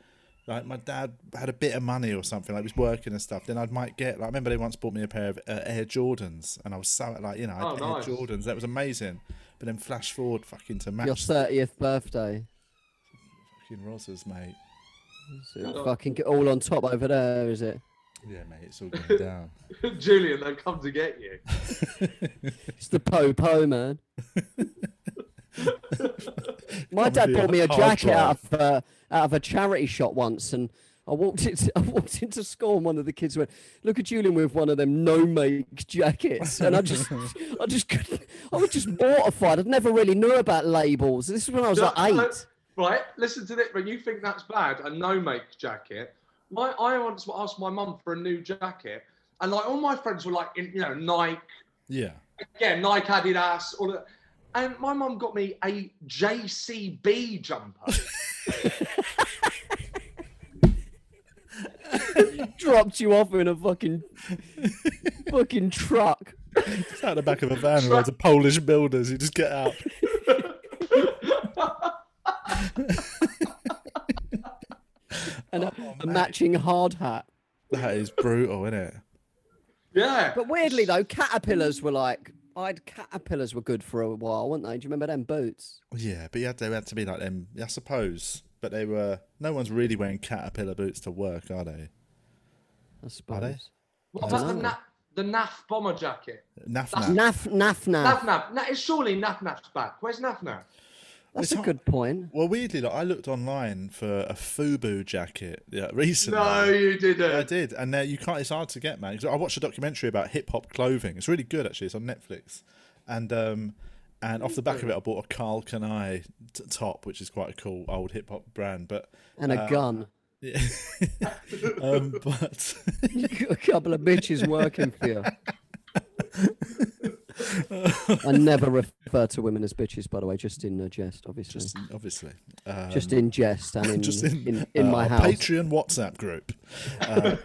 like, my dad had a bit of money or something, like he was working and stuff, then I might get. Like, I remember they once bought me a pair of uh, Air Jordans, and I was so like, you know, I had
Oh, nice.
Air Jordans. That was amazing. But then flash forward, fucking to
Your
match
thirtieth birthday.
fucking Rosas, mate.
So fucking get all on top over there, is it?
Yeah, mate, <laughs> it's all going down.
<laughs> Julian. They've come to get you.
It's the po po, man. My
Come
dad
with
bought
your
me a
hard
jacket out
drive.
of, uh, out of a charity shop once, and I walked into <laughs> I walked into school and one of the kids went, "Look at Julian with one of them no make jackets," and I just I just couldn't- I was just mortified. I'd never really knew about labels. This is when I was
No,
like
no.
eight.
Right, listen to this. When you think that's bad, a no make jacket. My, I once asked my mum for a new jacket, and like all my friends were like, in, you know, Nike,
Yeah.
yeah, Nike Adidas, all that. And my mum got me a JCB jumper.
Dropped you off in a fucking fucking truck.
It's out the back of a van with loads of Polish builders. You just get out.
and a, a matching hard hat.
That is brutal, isn't it?
yeah.
But weirdly though, caterpillars were like I'd caterpillars were good for a while, weren't they? Do you remember them boots?
Yeah, but you had to, had to be like them, I suppose. But they were. No one's really wearing caterpillar boots to work, are they?
I suppose.
what about the,
dunno.
na- the NAF bomber jacket?
Naf naf.
Naf naf
NAF
naf.
NAF. Na- it's surely NAF NAF's back. Where's NAF NAF?
That's
It's
a
hard-
good point.
Well, weirdly, like, I looked online for a FUBU jacket yeah, recently.
No, you
I
didn't.
did, and uh, you can't. It's hard to get, man. 'Cause I watched a documentary about hip hop clothing. It's really good, actually. It's on Netflix, and um, and off the back of it, I bought a Carl Kanai t- top, which is quite a cool old hip hop brand. But
And a gun. <laughs>
yeah. um, <laughs> but
You got a couple of bitches working
<laughs>
for you. I never refer to women as bitches, by the way, just in uh, jest, obviously. Just,
obviously, uh,
in jest
<laughs>
and in,
just
in,
in,
in,
uh,
my
our
house.
Patreon WhatsApp group. Uh,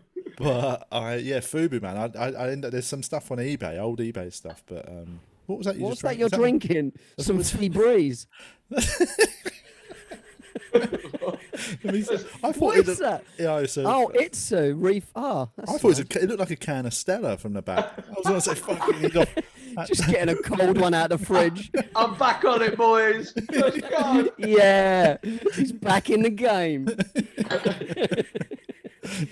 <laughs> but uh, I yeah, Fubu man. I I, I end up, there's some stuff on eBay, old eBay stuff. But um, what was that? You
What's
just
that
drank?
you're
Is
drinking? Some tea breeze.
<laughs> I, mean, I thought
What
it looked-
is that?
Yeah, it's a-
Oh, it's a reef. Ah, that's
I thought it, was a,
nice.
ca- it looked like a can of Stella from the back. I was going to
<laughs>
say, fucking you <laughs> got-
just getting a cold one out of
<laughs>
the fridge.
I'm back on it, boys. Let's go.
<laughs>
yeah, he's back in the game.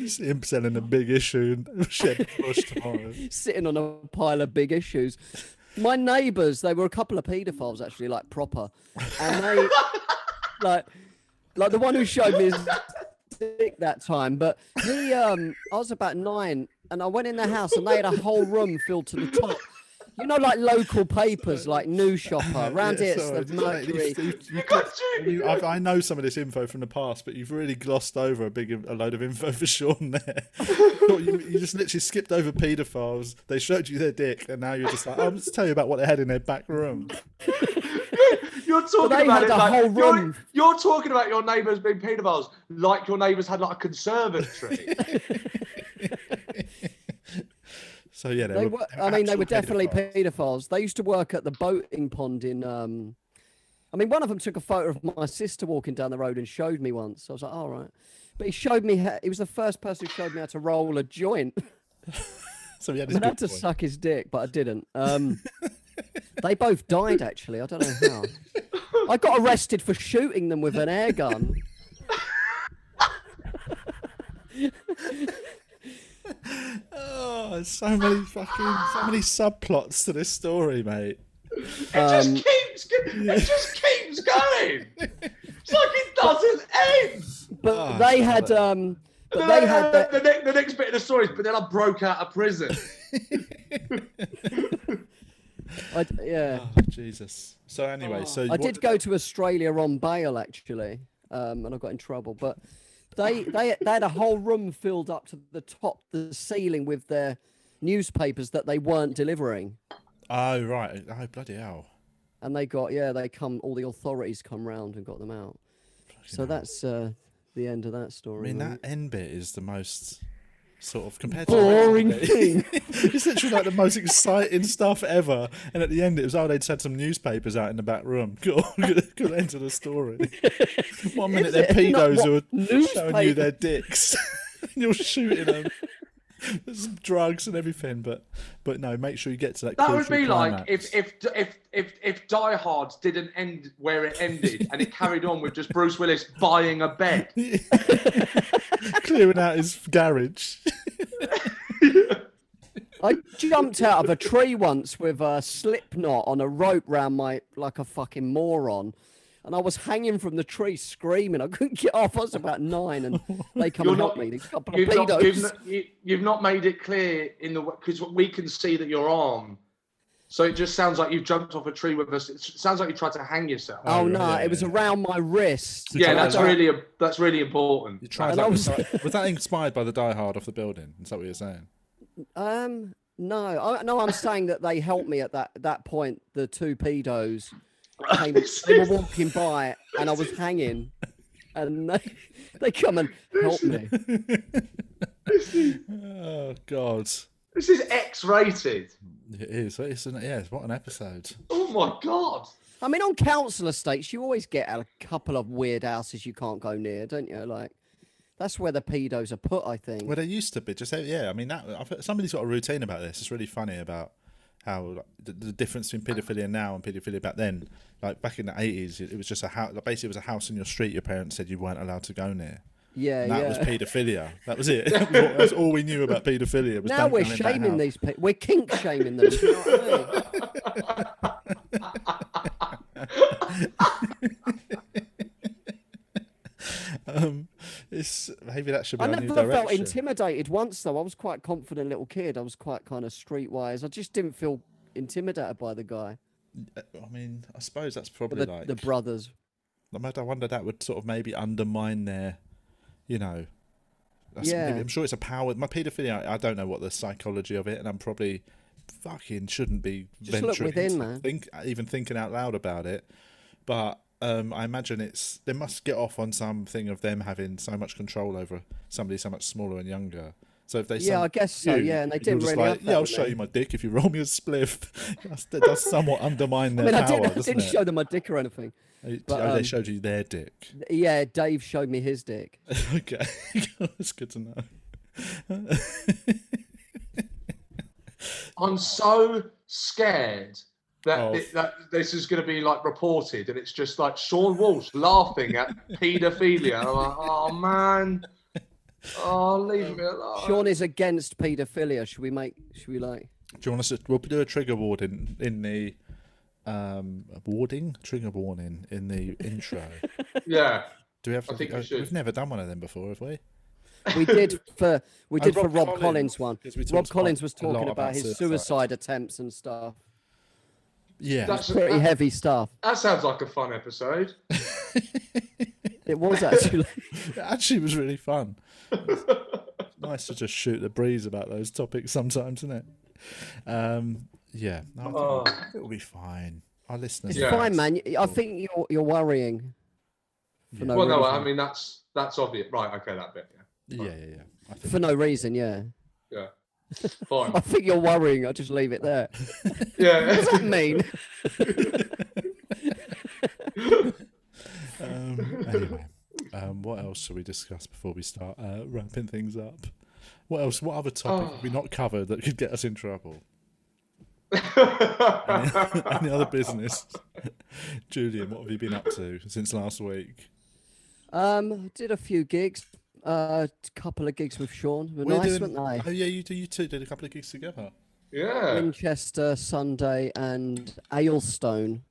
you see him selling a big issue and <laughs> shed bush tomorrow.
sitting on a pile of big issues. My neighbours, they were a couple of paedophiles actually, like proper, and
<laughs>
they like like the one who showed me his dick that time. But he, um, I was about nine, and I went in the house, and they had a whole room filled to the top. You know, like local papers, like New Shopper. Round
<laughs> Yeah,
here, it's
sorry,
the
just like these-
Mercury.
these- you
Got
got-
you.
you- I've- I know some of this info from the past, but you've really glossed over a big, a load of info <laughs> for Sean there. you, you just literally skipped over paedophiles. They showed you their dick, and now you're just like, I'll just tell you about what they had in their back room.
You're talking
they
about
had
it
a
like
whole
you're,
room.
you're talking about your neighbours being paedophiles, like your neighbours had like a conservatory.
So yeah, they,
They
were,
were, I mean, they
actual
were definitely
paedophiles.
paedophiles. They used to work at the boating pond in. Um, I mean, one of them took a photo of my sister walking down the road and showed me once. I was like, all right. But he showed me, how, he was the first person who showed me how to roll a joint. <laughs>
So we had
I
this
mean, I had
big
to
boy.
suck his dick, but I didn't.
<laughs>
Um, they both died, actually. I don't know how. I got arrested for shooting them with an air gun.
Oh, there's so many fucking, so many subplots to this story, mate.
it
Um,
just keeps go- it just keeps going. It's like it doesn't end.
But
Oh,
they had. Um, <laughs> but
But
they had. their-
<laughs> the, next, the next bit of the story is, but then I broke out of prison.
I, yeah.
Oh, Jesus. So anyway, so
I
what
did go to Australia on bail actually, um, and I got in trouble. But they they they had a whole room filled up to the top, the ceiling with their newspapers that they weren't delivering,
Oh right. Oh bloody hell.
and they got yeah they come all the authorities come round and got them out. So that's uh, the end of that
I
story.
mean,
really.
that end bit is the most sort of compared to the rest of
Mm. boring
<laughs> it,
thing.
it's literally like the most exciting stuff ever. And at the end, it was oh they'd had some newspapers out in the back room. <laughs> Good, good, good end to the <laughs> story. One minute they're
it? Not
pedos who are
what
showing you their dicks. <laughs> and You're shooting them. <laughs> There's some drugs and everything, but but no, make sure you get to that.
That would
crucial
be like
climax.
if if if if if Die Hard didn't end where it ended and it carried on with just Bruce Willis buying a bed.
<laughs> clearing out his garage.
I jumped out of a tree once with a slip knot on a rope round my like a fucking moron. and I was hanging from the tree screaming. I couldn't get off. I was about nine, and they come
You're
and help
not-
me. These couple of
You've not, you've,
pedos.
not, you, you've not made it clear in the because we can see that you're on. So it just sounds like you've jumped off a tree with us. It s- sounds like you tried to hang yourself.
Oh,
Oh no,
yeah,
it was
yeah.
around my wrist.
yeah,
And I
that's
don't-
really a, that's really important.
You tried
And
that.
I
Was,
was-
that was that inspired by the Die Hard off the building? Is that what you're saying?
Um, no, I, no, I'm saying that they helped me at that that point. The two pedos
<laughs>
came,
This
they were
is-
walking by, and I was hanging, and they <laughs> they come and help me.
<laughs> Oh God,
This is X-rated.
it is. It's an, yeah, what an episode.
Oh my god.
I mean, on council estates, you always get a couple of weird houses you can't go near, don't you? Like, that's where the pedos are put, I think.
Well, they used to be. Just yeah, I mean that. I've, somebody's got a routine about this. It's really funny about how like, the, the difference between paedophilia now and paedophilia back then. Like back in the eighties, it, it was just a house. Like, basically, it was a house in your street. Your parents said you weren't allowed to go near.
yeah,
And that
yeah.
was paedophilia. That was
<laughs>
it. <laughs> That was all- That's all we knew about paedophilia. Was
now
don't
we're
go in that
shaming
house.
these people. We're kink shaming them. you know what
<laughs>
I mean?
Um, it's maybe that should be
I
our new
never felt
direction.
intimidated once, though. I was quite confident little kid. I was quite kind of streetwise. I just didn't feel intimidated by the guy,
I mean, I suppose that's probably
the,
like
the brothers.
I might- I wonder that would sort of maybe undermine their, you know. that's-
Yeah.
maybe- I'm sure it's a power. My paedophilia, I don't know what the psychology of it, and I'm probably fucking shouldn't be
Just look
venturing
within,
into
man.
think even thinking out loud about it. But um, I imagine it's they must get off on something of them having so much control over somebody so much smaller and younger. So if they
Yeah,
sent
I guess so,
you,
yeah, and they
you're
didn't
just
really
like,
have that,
yeah, I'll
would
show
they?
you my dick if you roll me a spliff. <laughs> That's, that does somewhat undermine
<laughs> I
their
mean, I
power,
didn't, I
doesn't
didn't
it?
show them my dick or anything.
Oh,
but,
they
um,
showed you their dick.
Yeah, Dave showed me his dick.
Uh, <laughs> Okay, that's good to know.
I'm so scared that,
Oh.
thi- that this is going to be like reported, and it's just like Sean Walsh laughing at paedophilia. I'm like, oh man, oh leave me alone.
Sean is against paedophilia. Should we make? Should we like?
Do you want us to? We'll do a trigger warning in the um warning, trigger warning in the <laughs> intro.
yeah,
Do we have? To,
I think we should.
have never done one of them before, have we?
We did for we
Oh,
did
Rob
for Rob
Collins,
Collins, one.
'cause we
Rob
talked
Collins
quite
was
a lot
talking
about
about his
suicide.
suicide attempts and stuff.
Yeah.
that's a-
Pretty
that,
heavy stuff.
that sounds like a fun episode.
It was
<laughs>
actually.
It actually was really
<laughs>
fun. It's nice to just shoot the breeze about those topics sometimes, isn't it? Um, yeah. No, I think
Oh.
It'll be fine. Our listeners.
It's
are
Yeah.
fine, man. You- I
cool.
think you're you're worrying. For no
well, no,
reason.
I mean that's that's obvious. Right, okay, that bit.
Yeah, yeah, yeah. I think
for no reason, yeah.
Yeah, yeah. fine.
I think you're worrying. I'll just leave it there. What does that
Yeah, <laughs>
<laughs>
mean?
Um, anyway, um, what else shall we discuss before we start uh, wrapping things up? What else? What other topic have we not covered that could get us in trouble? Any <laughs> other business? <laughs> Julian, what have you been up to since last week?
Um, did a few gigs, a uh, couple of gigs with Sean. Were
We're
nice,
doing-
weren't
Oh
they?
yeah, you do. You two did a couple of gigs together.
yeah.
Winchester Sunday and Aylstone.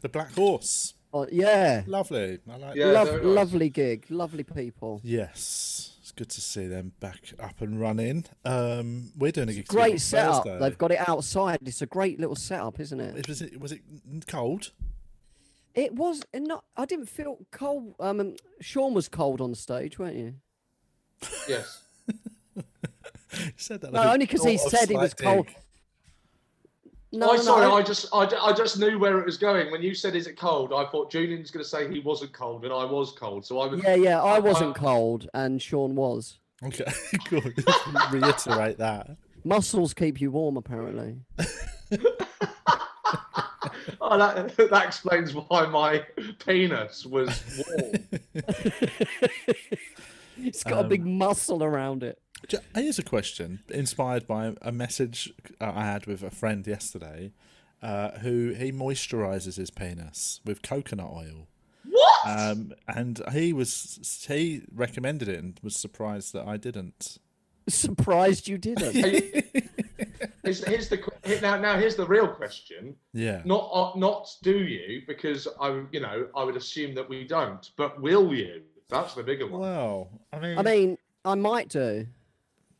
The Black Horse,
Oh, yeah,
lovely. I like.
Yeah.
that.
Lov-
very nice.
lovely gig, lovely people.
Yes, it's good to see them back up and running. Um, we're doing a gig. together on
Great setup.
Thursday.
They've got it outside. It's a great little setup, isn't it?
It- Was it? Was it cold? <laughs>
It was not. I didn't feel cold. Um, Sean was cold on stage, weren't you?
Yes.
You said that.
No,
like a
only 'cause he
sort of
said he was
slight dig.
cold. No, no,
I
no,
sorry,
I-
I just I, ju- I just knew where it was going. When you said is it cold, I thought Julian's gonna say he wasn't cold and I was cold. So I was
Yeah, yeah. I wasn't cold, and Sean was.
Okay, <laughs> good. Reiterate that.
Muscles keep you warm, apparently.
<laughs>
<laughs>
oh, that, <laughs> that explains why my <laughs> penis was warm.
It's got a big
Um,
muscle around it.
J- uh, Here's a question inspired by a message uh, I had with a friend yesterday, uh, who he moisturizes his penis with coconut oil.
what?
Um, and he was he recommended it and was surprised that I didn't. <laughs>
Surprised you didn't.
Are you, Here's, here's the que- here- now. Now here's the real question.
Yeah.
Not uh, not do you because I you know I would assume that we don't, but will you? That's the bigger one.
Well, I mean,
I mean, I might do.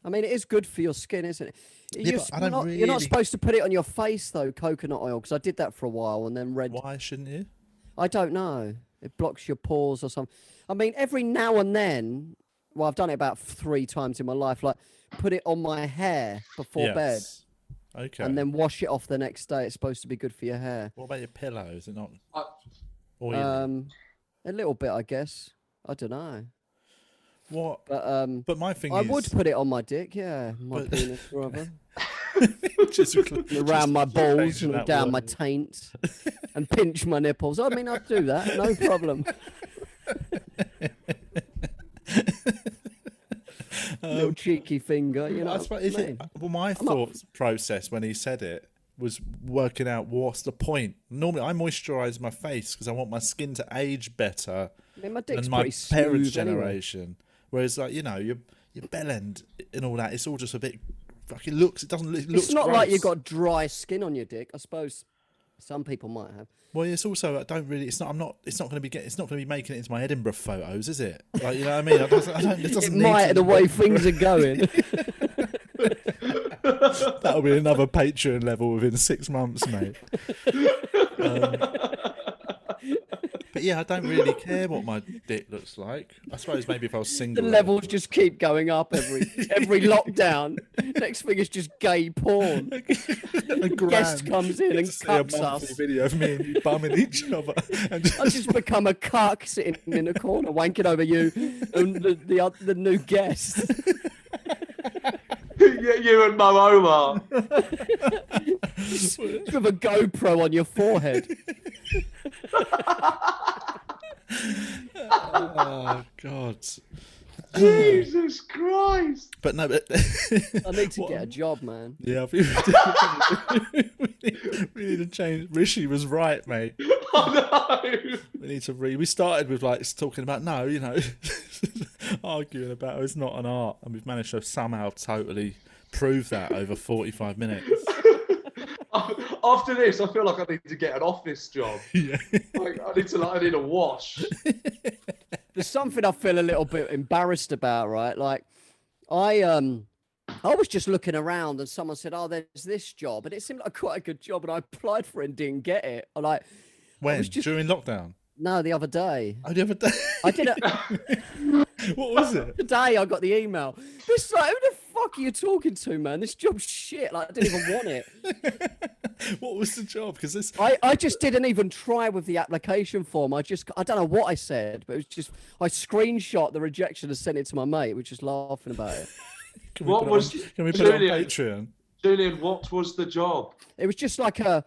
I mean, it is good for your skin, isn't it?
Yeah,
you're,
but I
you're
don't
not, you're not
really-
supposed to put it on your face though, coconut oil, because I did that for a while and then red.
why shouldn't you?
I don't know. It blocks your pores or something. I mean, every now and then, well, I've done it about three times in my life. Like, put it on my hair before bed
Yes. Okay.
and then wash it off the next day. It's supposed to be good for your hair.
what about your pillow? Is it not
I,
oily?
Um, a little bit, I guess. I don't know,
what?
but um,
But my thing
I
is, <laughs>
would put it on my dick. Yeah, my
But-
penis rather. <laughs>
just,
and around my balls
changing
and
that
down my
word.
taint and pinch my nipples. I mean, I'd do
<laughs>
that, no problem. Little cheeky finger, you know.
I
what
suppose, Um,
I
is it,
mean?
well, my thoughts process when he said it was working out what's the point. Normally, I moisturize my face because I want my skin to age better
I mean, my dick's
than my parents'
pretty smooth anyway.
generation. Whereas, like you know, your your bell end and all that, it's all just a bit. Fucking looks. It doesn't. It looks
It's not like you've
gross.
got dry skin on your dick. I suppose some people might have.
Well, it's also I don't really. It's not. I'm not. It's not going to be. Get, it's not going to be making it into my Edinburgh photos, is it? Like you know what I mean? I don't, I don't, it
<laughs> It
doesn't need
might,
to-
the way things
<laughs>
are going.
That'll be another Patreon level within six months, mate. Um, but yeah, I don't really care what my dick looks like. I suppose maybe if I was
the
single,
levels just keep going up every
<laughs>
every lockdown. Next thing is just gay porn. <laughs>
a
Guest
grand
comes in and
see a
cups
monthly
us.
video of me and you bumming each other. And
I just become a cuck sitting in a corner wanking over you and the the, oth- the new guest. <laughs>
you, <laughs> you and Mo Omar.
Just with a GoPro on your forehead.
oh god!
Jesus Christ. <laughs>
But no, but
I need
<laughs>
to
What
get a
am-
job, man.
Yeah, I think we, <laughs> need, we need to change. Rishi was right, mate.
Oh no.
We need to re. We started with like talking about no, you know, <laughs> arguing about oh, it's not an art, and we've managed to somehow totally prove that over forty-five minutes.
<laughs> After this, I feel like I need to get an office job.
<laughs> Yeah.
Like, I need to, like, I need a wash.
There's something I feel a little bit embarrassed about, right? Like I um I was just looking around and someone said, Oh, there's this job and it seemed like quite a good job and I applied for it and didn't get it. I'm like,
<laughs> When
was just-
during lockdown?
no, the other day.
Oh, the other day.
I did it
<laughs> what was <laughs> it?
today I got the email. This like who the fuck are you talking to, man? This job's shit. Like I didn't even want it.
What was the job? Because this.
I, I just didn't even try with the application form. I just I don't know what I said, but it was just I screenshot the rejection and sent it to my mate, which was laughing
<laughs>
about it.
Can we
What
put it
was-
on, Can we put it on
Julian.
Patreon?
Julian, what was the job?
It was just like a,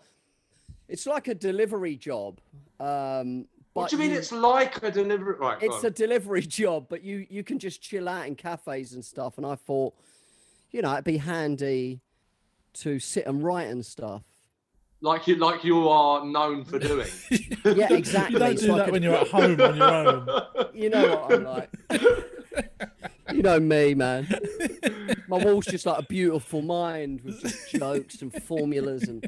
it's like a delivery job. Um,
What
but
do you mean it's like a delivery? Right, go
it's
on.
a delivery <laughs> job, but you you can just chill out in cafes and stuff. And I thought, you know, it'd be handy to sit and write and
<laughs>
stuff.
like you like you are known for doing.
<laughs>
Yeah,
You
exactly.
don't
So
do
I
that
could-
when you're <laughs> at home on your own.
You know what I'm like. <laughs> you know me, man. <laughs> My wall's just like a beautiful mind with just jokes and formulas and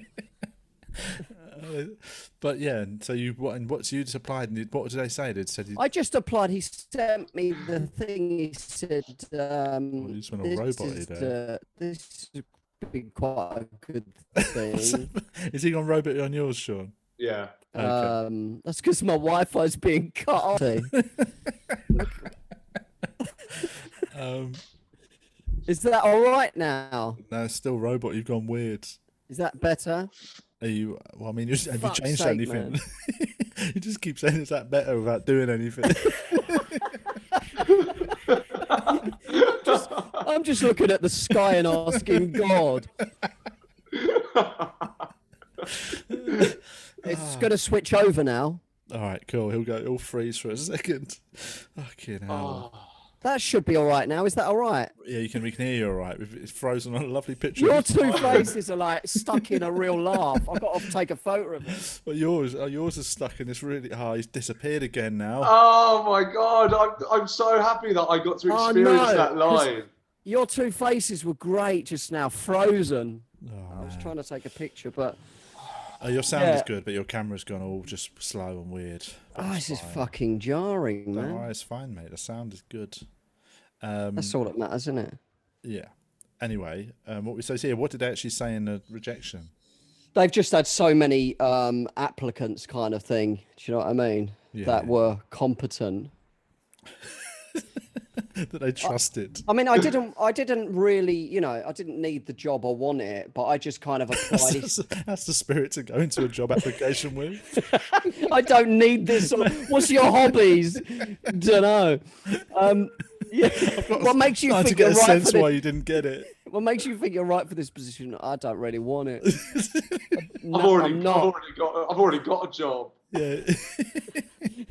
But yeah, and so you what? And what's you supplied? And what did they say? They said you,
I just applied. He sent me the thing. He said, um,
Oh, you just went all
this,
robot-y
is
there."
the, this has been quite a
<laughs>
good thing.
is he gone robot on yours, Sean?
yeah.
Okay.
um, that's because my Wi-Fi's being cut off.
<laughs> um,
is that all right now?
no, it's still robot. You've gone weird.
Is that better?
Are you? Well, I mean, you, have you
Fuck's
changed
sake,
anything? <laughs> you just keep saying it's that better without doing
<laughs>
anything.
<laughs>
I'm just looking at the sky and asking God.
Ah.
It's going to switch over now.
all right, cool. He'll go. He'll freeze for a second. Fucking hell.
Oh
That should be all right now. Is that all right?
Yeah, you can. We can hear you all right. We've- It's frozen on a lovely picture.
Your two faces are like stuck in a real laugh. I've got to take a photo of it.
<laughs> But yours, oh, yours is stuck in this really. Ah, he's disappeared again now.
Ah.
Oh my god, I'm, I'm so happy that I got to
Oh,
experience
no,
that
'cause-
live.
Your two faces were great just now, frozen.
Oh,
was trying to take a picture, but
Oh, your sound is
Yeah.
good, but your camera's gone all just slow and weird. But
oh,
it's
this is
fine.
fucking jarring,
Don't
man.
worry, it's fine, mate. The sound is good. Um,
That's all that matters, isn't it?
yeah. Anyway, um, what we says here, what did they actually say in the rejection? <laughs>
They've just had so many um, applicants, kind of thing. Do you know what I mean?
Yeah.
That were competent.
that
Uh,
they trusted.
I mean, I didn't, I didn't really, you know, I didn't need the job or want it, but I just kind of
<laughs>
applied. <laughs>
That's, that's the spirit to go into a job application with.
I don't need this. Or, what's your hobbies? Don't know. Um,
<laughs>
yeah. <laughs> What makes you
Trying to
think
get
you're
a
right
sense
for
why
this?
you didn't get it.
What makes you think you're right for this position? I don't really
<laughs>
want it. No,
I've already,
I'm
I've
not.
already got, I've already got a
<laughs>
job.
Yeah. <laughs>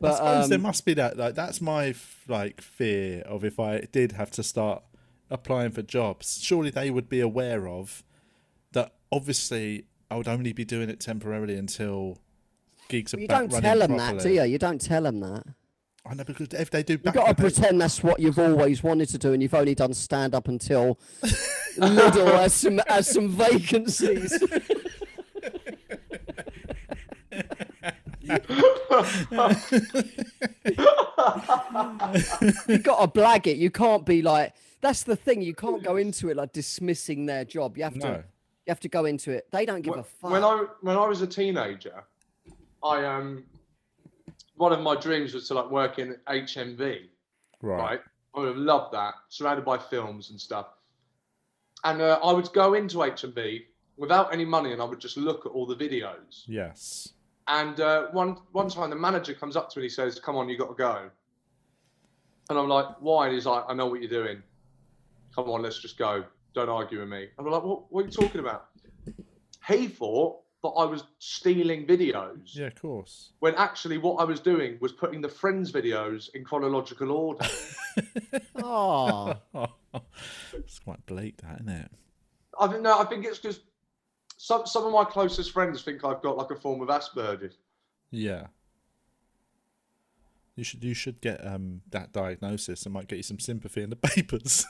I
But
suppose there
um,
must be that. Like that's my f- like fear of if I did have to start applying for jobs. Surely they would be aware of that. Obviously, I would only be doing it temporarily until gigs are
you
back
don't
running
tell them
properly.
that, do you? You don't tell them that.
I know because if they do,
You've
back
got to
up-
pretend that's what you've always wanted to do, and you've only done stand up until <laughs> Lidl has some has
<laughs>
some vacancies. You've got to blag it. You can't be like that's the thing. You can't go into it like dismissing their job. You have to
No.
you have to go into it. They don't give
Wh-
a fuck.
When I when I was a teenager, I um, one of my dreams was to like work in HMV.
<laughs> right.
right? I would have loved that, surrounded by films and stuff. And uh, I would go into HMV without any money, and I would just look at all the videos.
Yes.
And uh, one one time, the manager comes up to me and he says, "Come on, you got to go." And I'm like, "Why?" And he's like, "I know what you're doing. Come on, let's just go. Don't argue with me." And I'm like, "What? What are you talking about?" He thought that I was stealing videos
Yeah, of course.
when actually what I was doing was putting the Friends videos in chronological order.
oh, <laughs>
<laughs> it's quite bleak, that isn't it?
I think no, I think it's because some some of my closest friends think I've got like a form of Asperger's.
Yeah. You should you should get um that diagnosis and might get you some sympathy in the <laughs> papers.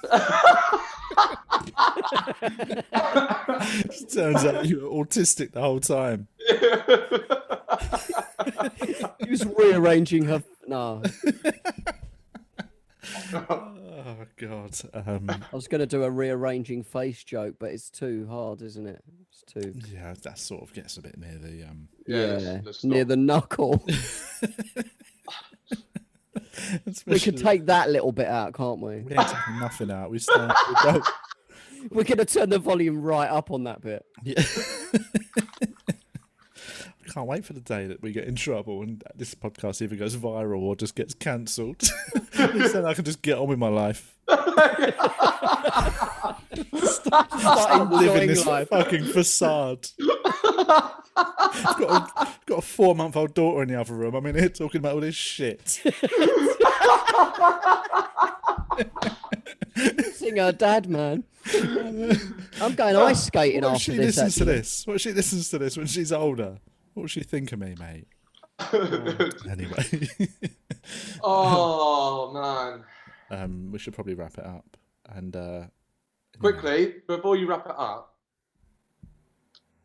Turns out you were autistic the whole time.
he was rearranging her. No,
Oh god. Um
I was going to do a rearranging face joke, but it's too hard, isn't it? It's too
yeah, that sort of gets a bit near the um
Yeah, let's- let's
near
stop.
the knuckle. we could
especially-
take that little bit out, can't we?
we ain't taking nothing out. We start we don't
We're going to turn the volume right up on that bit.
Yeah. I can't wait for the day that we get in trouble and this podcast either goes viral or just gets cancelled. <laughs> At least then I can just get on with my life.
Start
Living
enjoying
this
life.
fucking facade. I've got a, I've got a four month old daughter in the other room. I'm in here talking about all this shit.
Sing her dad, man. I'm going ice skating
What if
after
she
this.
listens to
actually.
this? What if she listens to this when she's older? What will she think of me, mate? anyway,
<laughs>
<laughs>
oh man!
um, we should probably wrap it up. And uh,
Quickly before you wrap it up,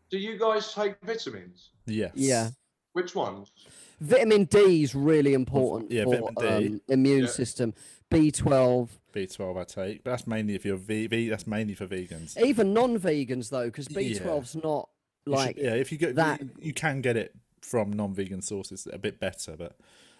do you guys take vitamins?
yes.
Yeah.
Which ones?
Vitamin D is really important
yeah,
for
vitamin D.
um, immune
Yeah.
system. B12,
B12 I take, but that's mainly if you're ve- ve- that's mainly for vegans. You
even non-vegans though, because B12's not
should-
like.
yeah, if you get
that-
you, you can get it from non-vegan sources a bit better, but,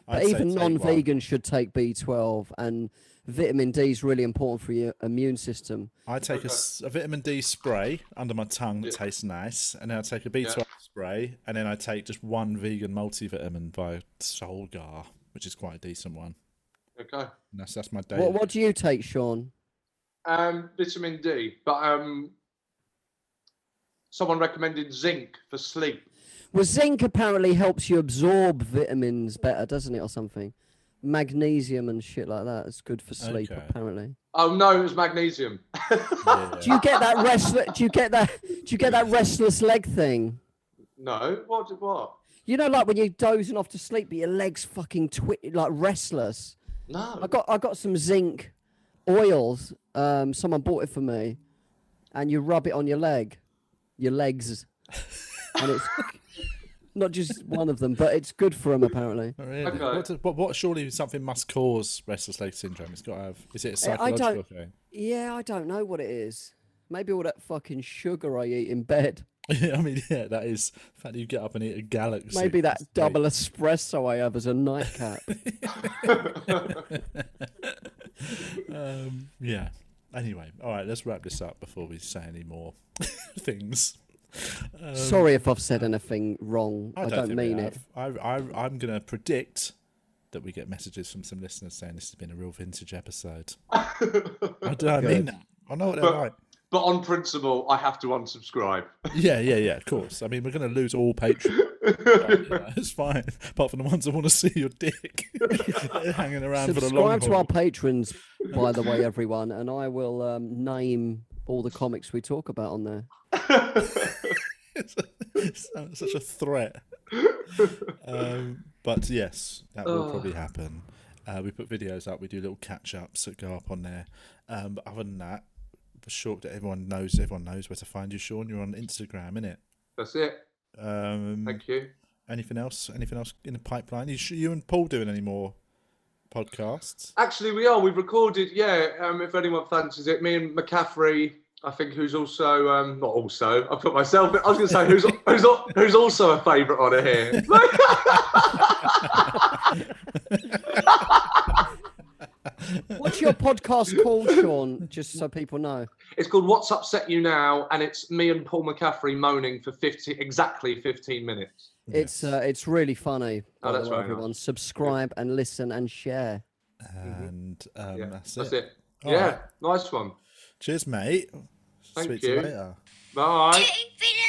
But
I'd say
even
take one.
non-vegan should take B12, and vitamin D is really important for your immune system.
I take a, s- a vitamin D spray under my tongue that
Yeah.
tastes nice, and then I take a B12 spray, and then I take just one vegan multivitamin by Solgar, which is quite a decent one.
Okay.
And that's that's my day.
What, what do you take, Sean?
Um, vitamin D, but um, someone recommended zinc for sleep.
Well, zinc apparently helps you absorb vitamins better, doesn't it, or something? Magnesium and shit like that is good for sleep,
Okay.
apparently.
Oh no, it was magnesium. <laughs>
Do you get that restless? Do you get that? Do you get that restless leg thing?
no, what? What?
You know, like when you're dozing off to sleep, but your legs fucking twi- like restless.
No.
I got I got some zinc oils. Um, someone bought it for me, and you rub it on your leg, your legs, and it's <laughs> not just one of them, but it's good for them apparently.
Oh, really?
Okay.
What, does- what, what? Surely something must cause restless leg syndrome. It's got to have. Is it a
I- I don't-
psychological thing? <laughs>
Yeah, I don't know what it is. Maybe all that fucking sugar I eat
<laughs>
in bed.
Yeah, I mean, yeah, that is. The fact that you get up and eat a galaxy.
Maybe that
is great.
double espresso I have as
<laughs>
a nightcap.
Um, yeah. Anyway, all right, let's wrap this up before we say any more <laughs> things.
Sorry if I've said anything wrong. I, don't
think we
mean it.
have. I, I, I'm going to predict that we get messages from some listeners saying this has been a real vintage episode. I don't I mean that. I know what they're like.
But on principle, I have to unsubscribe. <laughs>
Yeah, yeah, yeah, of course. I mean, we're going to lose all Patreon. But, you know, it's fine, apart from the ones that want to see your dick <laughs> hanging around for the long
Subscribe to
haul.
our patrons, by the
<laughs>
way, everyone, and I will um, name all the comics we talk about on
<laughs>
there.
<laughs> it's, it's such a threat. um, but yes, that will probably happen. Uh, we put videos up. We do little catch ups that go up on there. Um, but other than that, for sure that everyone knows, everyone knows where to find you, Sean. You're on Instagram, innit?
That's it.
Um,
Thank you.
anything else? Anything else in the pipeline? You, you and Paul doing any more podcasts?
Actually, we are. We've recorded, yeah, um, if anyone fancies it, me and McCaffrey, I think, who's also, um, not also, I put myself, I was going to say,
<laughs>
who's, who's, al- who's also a favourite on it here. <laughs>
What's your podcast
<laughs>
called, Sean? Just so people know.
It's called What's Upset You Now, and it's me and Paul McCaffrey moaning for 50, exactly 15 minutes.
It's uh, it's really funny.
Oh,
by the
that's
way,
very nice.
everyone, subscribe and listen and share.
And um,
Mm-hmm. Yeah,
that's,
that's
it.
it.
All
yeah,
right.
nice one.
Cheers, mate.
Thank
Speak to
you.
you later.
Bye.
Infinite <laughs>